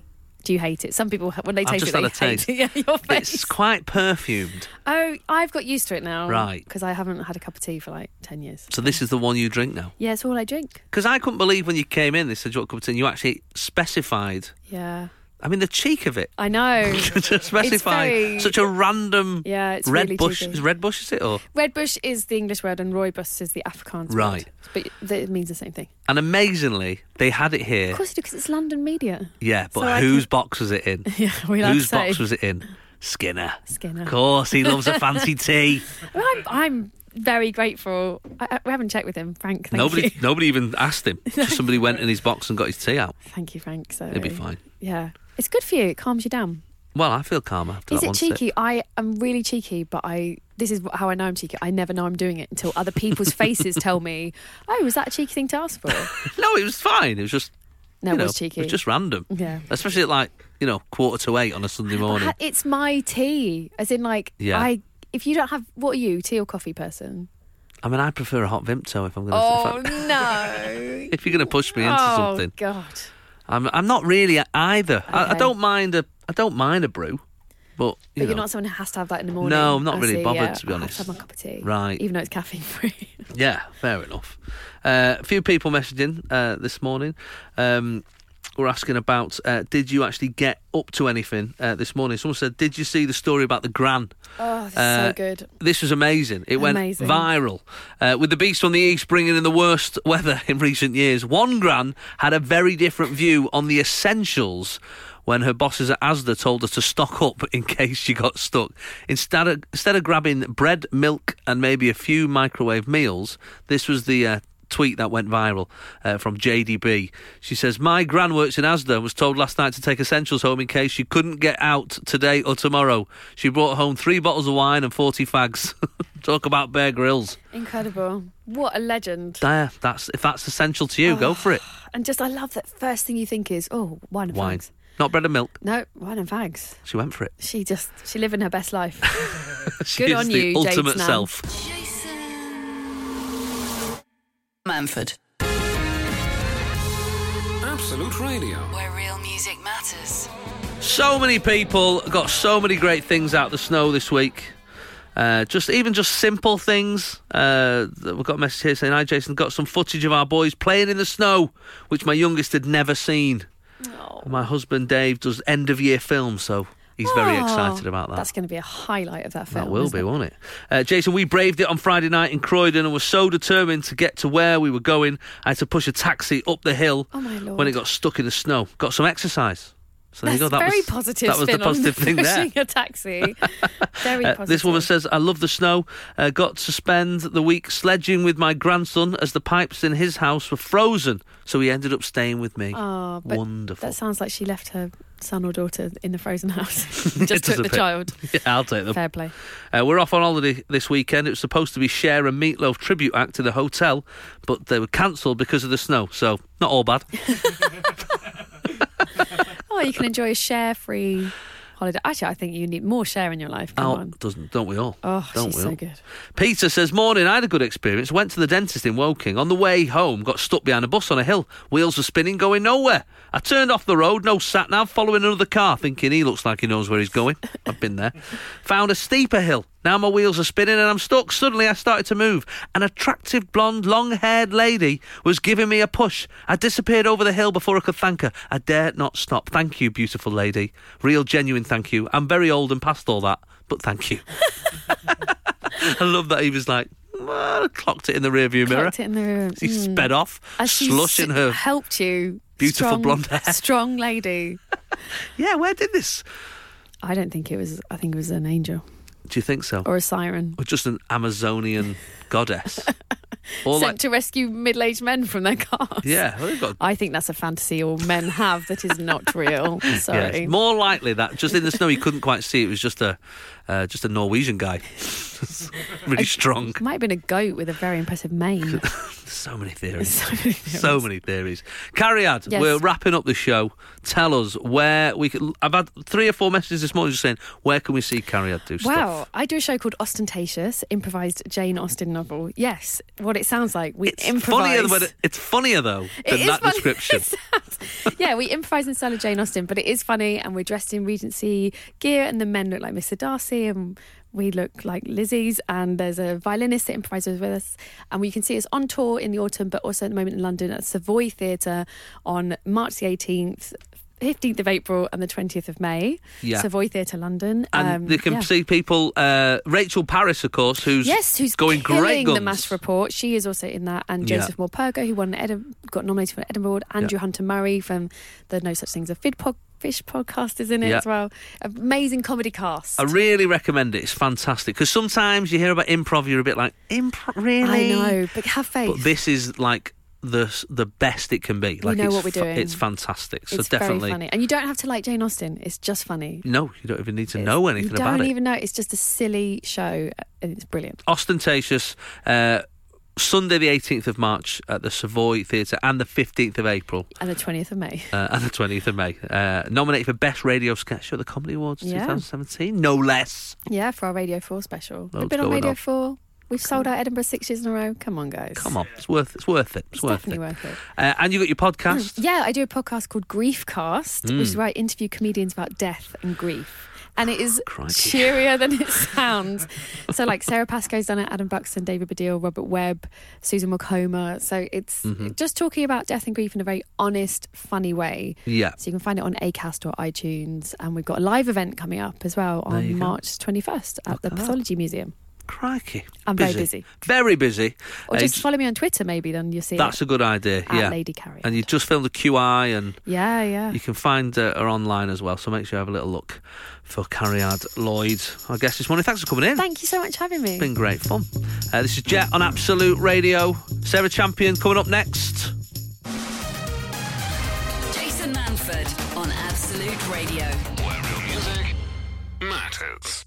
[SPEAKER 4] Do you hate it? Some people, ha- when they
[SPEAKER 3] I've
[SPEAKER 4] taste
[SPEAKER 3] just
[SPEAKER 4] it,
[SPEAKER 3] had
[SPEAKER 4] they
[SPEAKER 3] a
[SPEAKER 4] hate
[SPEAKER 3] taste.
[SPEAKER 4] it. Yeah, your face.
[SPEAKER 3] It's quite perfumed.
[SPEAKER 4] Oh, I've got used to it now.
[SPEAKER 3] Right.
[SPEAKER 4] Because I haven't had a cup of tea for like 10 years.
[SPEAKER 3] So this is the one you drink now.
[SPEAKER 4] Yeah, it's all I drink.
[SPEAKER 3] Because I couldn't believe when you came in, they said, "Do you want a cup of tea?" And you actually specified.
[SPEAKER 4] Yeah.
[SPEAKER 3] I mean, the cheek of it.
[SPEAKER 4] I know.
[SPEAKER 3] to specify
[SPEAKER 4] very-
[SPEAKER 3] such a random
[SPEAKER 4] Yeah, it's
[SPEAKER 3] red
[SPEAKER 4] really
[SPEAKER 3] bush.
[SPEAKER 4] cheeky.
[SPEAKER 3] Is red bush is it or
[SPEAKER 4] Redbush is the English word and rooibos is the Afrikaans
[SPEAKER 3] Right.
[SPEAKER 4] word. But th- it means the same thing.
[SPEAKER 3] And amazingly, they had it here.
[SPEAKER 4] Of course you do, because it's London media.
[SPEAKER 3] Yeah, but
[SPEAKER 4] So I
[SPEAKER 3] whose
[SPEAKER 4] can-
[SPEAKER 3] box was it in?
[SPEAKER 4] Yeah, we like to
[SPEAKER 3] whose
[SPEAKER 4] say.
[SPEAKER 3] box was it in? Skinner.
[SPEAKER 4] Skinner.
[SPEAKER 3] Of course, he loves a fancy tea.
[SPEAKER 4] Well, I'm, I'm very grateful. I, I, we haven't checked with him, Frank. Thank
[SPEAKER 3] nobody,
[SPEAKER 4] you.
[SPEAKER 3] nobody even asked him. Just somebody went in his box and got his tea out.
[SPEAKER 4] Thank you, Frank. So
[SPEAKER 3] It'd be fine.
[SPEAKER 4] Yeah. It's good for you. It calms you down.
[SPEAKER 3] Well, I feel calmer after
[SPEAKER 4] Is
[SPEAKER 3] that
[SPEAKER 4] it
[SPEAKER 3] one
[SPEAKER 4] cheeky?
[SPEAKER 3] sip.
[SPEAKER 4] I am really cheeky, but I this is how I know I'm cheeky. I never know I'm doing it until other people's faces tell me, "Oh, was that a cheeky thing to ask for?"
[SPEAKER 3] No, it was fine. It was just
[SPEAKER 4] No,
[SPEAKER 3] you
[SPEAKER 4] it
[SPEAKER 3] know,
[SPEAKER 4] was cheeky.
[SPEAKER 3] It was just random.
[SPEAKER 4] Yeah.
[SPEAKER 3] especially at like you know quarter to eight on a Sunday
[SPEAKER 4] But
[SPEAKER 3] morning.
[SPEAKER 4] ha- it's my tea, as in like
[SPEAKER 3] Yeah.
[SPEAKER 4] I. If you don't have, what are you, tea or coffee person?
[SPEAKER 3] I mean, I prefer a hot Vimto if I'm going to.
[SPEAKER 4] Oh
[SPEAKER 3] if, I-
[SPEAKER 4] no!
[SPEAKER 3] if you're going to push me into
[SPEAKER 4] oh
[SPEAKER 3] something,
[SPEAKER 4] God!
[SPEAKER 3] I'm I'm not really a- either. I, I
[SPEAKER 4] Okay.
[SPEAKER 3] don't mind a I don't mind a brew, but
[SPEAKER 4] But
[SPEAKER 3] you
[SPEAKER 4] you're
[SPEAKER 3] know,
[SPEAKER 4] not someone who has to have that in the morning.
[SPEAKER 3] No, I'm not
[SPEAKER 4] I
[SPEAKER 3] really
[SPEAKER 4] see,
[SPEAKER 3] bothered,
[SPEAKER 4] yeah.
[SPEAKER 3] to be
[SPEAKER 4] I'll have
[SPEAKER 3] honest.
[SPEAKER 4] to have my cup of tea,
[SPEAKER 3] Right.
[SPEAKER 4] Even though it's caffeine free.
[SPEAKER 3] yeah, fair enough. Uh, a few people messaging uh, this morning. Um, were asking about uh, did you actually get up to anything uh, this morning? Someone said, did you see the story about the Gran?
[SPEAKER 4] oh, this is
[SPEAKER 3] Uh,
[SPEAKER 4] so good.
[SPEAKER 3] This was amazing. It
[SPEAKER 4] Amazing.
[SPEAKER 3] went viral. Uh, with the Beast on the East bringing in the worst weather in recent years, one gran had a very different view on the essentials when her bosses at Asda told her to stock up in case she got stuck. Instead of, instead of grabbing bread, milk, and maybe a few microwave meals, this was the uh, tweet that went viral uh, from JDB. She says, My gran works in Asda and was told last night to take essentials home in case she couldn't get out today or tomorrow. She brought home three bottles of wine and 40 fags. Talk about Bear grills.
[SPEAKER 4] Incredible! What a legend!
[SPEAKER 3] There, that's, if that's essential to you, go for it.
[SPEAKER 4] And just, I love that first thing you think is, oh, wine and
[SPEAKER 3] Wine.
[SPEAKER 4] fags.
[SPEAKER 3] Not bread and milk.
[SPEAKER 4] No, wine and fags.
[SPEAKER 3] She went for it.
[SPEAKER 4] She just, she living her best life.
[SPEAKER 3] She
[SPEAKER 4] Good
[SPEAKER 3] is
[SPEAKER 4] on
[SPEAKER 3] the
[SPEAKER 4] you, Jade's
[SPEAKER 3] ultimate
[SPEAKER 4] nan.
[SPEAKER 3] self.
[SPEAKER 1] Jason Manford,
[SPEAKER 2] Absolute Radio.
[SPEAKER 1] where real music matters.
[SPEAKER 3] So many people got so many great things out the snow this week. Uh, just even just simple things. Uh, we've got a message here saying, "Hi, Jason. Got some footage of our boys playing in the snow, which my youngest had never seen. My husband Dave does end of year film, so he's very
[SPEAKER 4] Oh,
[SPEAKER 3] excited about that.
[SPEAKER 4] That's going to be a highlight of that film.
[SPEAKER 3] That will
[SPEAKER 4] isn't
[SPEAKER 3] be,
[SPEAKER 4] it?
[SPEAKER 3] won't it? Uh, Jason, we braved it on Friday night in Croydon and were so determined to get to where we were going. I had to push a taxi up the hill
[SPEAKER 4] Oh, my Lord.
[SPEAKER 3] when it got stuck in the snow. Got some exercise. So there
[SPEAKER 4] That's
[SPEAKER 3] you go. That
[SPEAKER 4] very
[SPEAKER 3] was,
[SPEAKER 4] positive.
[SPEAKER 3] That was
[SPEAKER 4] spin
[SPEAKER 3] the positive
[SPEAKER 4] on
[SPEAKER 3] thing there.
[SPEAKER 4] pushing a taxi. Very
[SPEAKER 3] Uh,
[SPEAKER 4] positive.
[SPEAKER 3] this woman says, I love the snow. Uh, got to spend the week sledging with my grandson as the pipes in his house were frozen, so he ended up staying with me.
[SPEAKER 4] Oh, but
[SPEAKER 3] Wonderful.
[SPEAKER 4] That sounds like she left her son or daughter in the frozen house.
[SPEAKER 3] It
[SPEAKER 4] Just
[SPEAKER 3] does
[SPEAKER 4] took
[SPEAKER 3] a
[SPEAKER 4] the
[SPEAKER 3] bit.
[SPEAKER 4] child.
[SPEAKER 3] Yeah, I'll take them.
[SPEAKER 4] Fair play.
[SPEAKER 3] Uh, we're off on holiday this weekend. It was supposed to be Share a Meatloaf tribute act to the hotel, but they were cancelled because of the snow. So not all bad.
[SPEAKER 4] Oh, you can enjoy a share free holiday. Actually, I think you need more share in your life. Come
[SPEAKER 3] Oh,
[SPEAKER 4] on.
[SPEAKER 3] doesn't don't we all?
[SPEAKER 4] Oh,
[SPEAKER 3] don't
[SPEAKER 4] she's
[SPEAKER 3] we
[SPEAKER 4] so
[SPEAKER 3] all?
[SPEAKER 4] good.
[SPEAKER 3] Peter says, "Morning. I had a good experience. Went to the dentist in Woking. On the way home, got stuck behind a bus on a hill. Wheels were spinning, going nowhere. I turned off the road. No sat nav. Following another car, thinking he looks like he knows where he's going. I've been there. Found a steeper hill. Now my wheels are spinning and I'm stuck. Suddenly, I started to move. An attractive blonde, long-haired lady was giving me a push. I disappeared over the hill before I could thank her. I dared not stop. Thank you, beautiful lady. Real, genuine thank you. I'm very old and past all that, but thank you." I love that he was like, "Well," clocked it in the rearview mirror.
[SPEAKER 4] Clocked it in the room.
[SPEAKER 3] She
[SPEAKER 4] Mm.
[SPEAKER 3] sped off,
[SPEAKER 4] As she's
[SPEAKER 3] slushing her.
[SPEAKER 4] helped you.
[SPEAKER 3] beautiful
[SPEAKER 4] strong,
[SPEAKER 3] blonde hair.
[SPEAKER 4] Strong lady.
[SPEAKER 3] Yeah, where did this?
[SPEAKER 4] I don't think it was. I think it was an angel
[SPEAKER 3] Do you think so? "Oh, Or,
[SPEAKER 4] or a siren.
[SPEAKER 3] just an Amazonian goddess? Or
[SPEAKER 4] sent
[SPEAKER 3] like,
[SPEAKER 4] to rescue middle-aged men from their cars.
[SPEAKER 3] yeah, well, they've got.
[SPEAKER 4] I think that's a fantasy all men have that is not real.
[SPEAKER 3] Yeah,
[SPEAKER 4] Sorry.
[SPEAKER 3] it's more likely that just in the snow, you couldn't quite see. It was just a, uh, just a Norwegian guy, really strong.
[SPEAKER 4] Might have been a goat with a very impressive mane.
[SPEAKER 3] So many theories.
[SPEAKER 4] So many theories.
[SPEAKER 3] So many theories. Cariad,
[SPEAKER 4] Yes.
[SPEAKER 3] we're wrapping up the show. Tell us where we. Can, I've had three or four messages this morning just saying where can we see Cariad do
[SPEAKER 4] Wow,
[SPEAKER 3] stuff.
[SPEAKER 4] I do a show called Ostentatious, improvised Jane Austen novel. Yes, what it sounds like. We
[SPEAKER 3] It's
[SPEAKER 4] improvise.
[SPEAKER 3] funnier. Than, it's funnier though
[SPEAKER 4] It
[SPEAKER 3] than
[SPEAKER 4] is
[SPEAKER 3] that
[SPEAKER 4] funny.
[SPEAKER 3] description.
[SPEAKER 4] It sounds- yeah, we improvise and style of Jane Austen, but it is funny, and we're dressed in Regency gear, and the men look like Mr. Darcy, and we look like Lizzie's, and there's a violinist that improvises with us, and we can see us on tour in the autumn, but also at the moment in London at Savoy Theatre on March the 18th. 15th of April and the 20th of May.
[SPEAKER 3] Yeah.
[SPEAKER 4] Savoy Theatre London.
[SPEAKER 3] And
[SPEAKER 4] Um,
[SPEAKER 3] they can
[SPEAKER 4] yeah.
[SPEAKER 3] see people. Uh, Rachel Paris, of course, who's
[SPEAKER 4] Yes, who's
[SPEAKER 3] going
[SPEAKER 4] killing
[SPEAKER 3] great guns.
[SPEAKER 4] the Mash Report. She is also in that, and
[SPEAKER 3] Yeah.
[SPEAKER 4] Joseph Morpurgo, who won an Edim- got nominated for an Edinburgh Award. Andrew Hunter Murray from the No Such Thing as a Fid pod- Fish podcast is in it
[SPEAKER 3] Yeah.
[SPEAKER 4] as well. Amazing comedy cast.
[SPEAKER 3] I really recommend it. It's fantastic because sometimes you hear about improv, you're a bit like, improv,
[SPEAKER 4] I
[SPEAKER 3] really?
[SPEAKER 4] know, but have faith.
[SPEAKER 3] But this is like the the best it can be. Like
[SPEAKER 4] know
[SPEAKER 3] it's
[SPEAKER 4] what we're
[SPEAKER 3] fa-
[SPEAKER 4] doing.
[SPEAKER 3] It's fantastic. So
[SPEAKER 4] it's
[SPEAKER 3] definitely,
[SPEAKER 4] very funny, and you don't have to like Jane Austen. It's just funny.
[SPEAKER 3] no, you don't even need to know anything
[SPEAKER 4] you don't
[SPEAKER 3] about it.
[SPEAKER 4] even know. It's just a silly show, and it's brilliant.
[SPEAKER 3] Ostentatious. Uh, Sunday, the 18th of March at the Savoy Theatre and the 15th of April
[SPEAKER 4] And the twentieth of May.
[SPEAKER 3] uh, and the 20th of May. Uh, nominated for Best Radio Sketch Show at the Comedy Awards
[SPEAKER 4] Yeah.
[SPEAKER 3] 2017, no less.
[SPEAKER 4] Yeah, for our Radio Four special.
[SPEAKER 3] Loads
[SPEAKER 4] We've been on
[SPEAKER 3] going
[SPEAKER 4] Radio
[SPEAKER 3] on.
[SPEAKER 4] Four. We've sold out Edinburgh six years in a row. Come on, guys.
[SPEAKER 3] Come on, it's worth it's worth it. It's,
[SPEAKER 4] It's
[SPEAKER 3] worth, it.
[SPEAKER 4] definitely worth Mm, it.
[SPEAKER 3] Uh, and you got your podcast. Hmm.
[SPEAKER 4] Yeah, I do a podcast called Griefcast, which is where I interview comedians about death and grief. And it is
[SPEAKER 3] Crikey.
[SPEAKER 4] cheerier than it sounds. so, like Sarah Pascoe's done it, Adam Buxton, David Baddiel, Robert Webb, Susan Wacoma. So, it's
[SPEAKER 3] Mm-hmm.
[SPEAKER 4] just talking about death and grief in a very honest, funny way.
[SPEAKER 3] Yeah.
[SPEAKER 4] So, you can find it on ACAST or iTunes. And we've got a live event coming up as well
[SPEAKER 3] you
[SPEAKER 4] on
[SPEAKER 3] go.
[SPEAKER 4] March 21st at the Pathology Museum.
[SPEAKER 3] Crikey.
[SPEAKER 4] I'm very busy.
[SPEAKER 3] Very busy.
[SPEAKER 4] Or
[SPEAKER 3] Uh,
[SPEAKER 4] just
[SPEAKER 3] you-
[SPEAKER 4] follow me on Twitter, maybe, then you'll see. it.
[SPEAKER 3] that's a good idea.
[SPEAKER 4] At
[SPEAKER 3] yeah.
[SPEAKER 4] Lady Carrier.
[SPEAKER 3] And you just filmed a QI and
[SPEAKER 4] yeah, yeah.
[SPEAKER 3] you can find uh, her online as well. So make sure you have a little look for Carriad Lloyd, our guest this morning. Thanks for coming in.
[SPEAKER 4] Thank you so much for having me.
[SPEAKER 3] It's been great fun. Uh, this is Jet on Absolute Radio. Sarah Champion coming up next.
[SPEAKER 1] Jason Manford on Absolute Radio.
[SPEAKER 2] Where real music matters.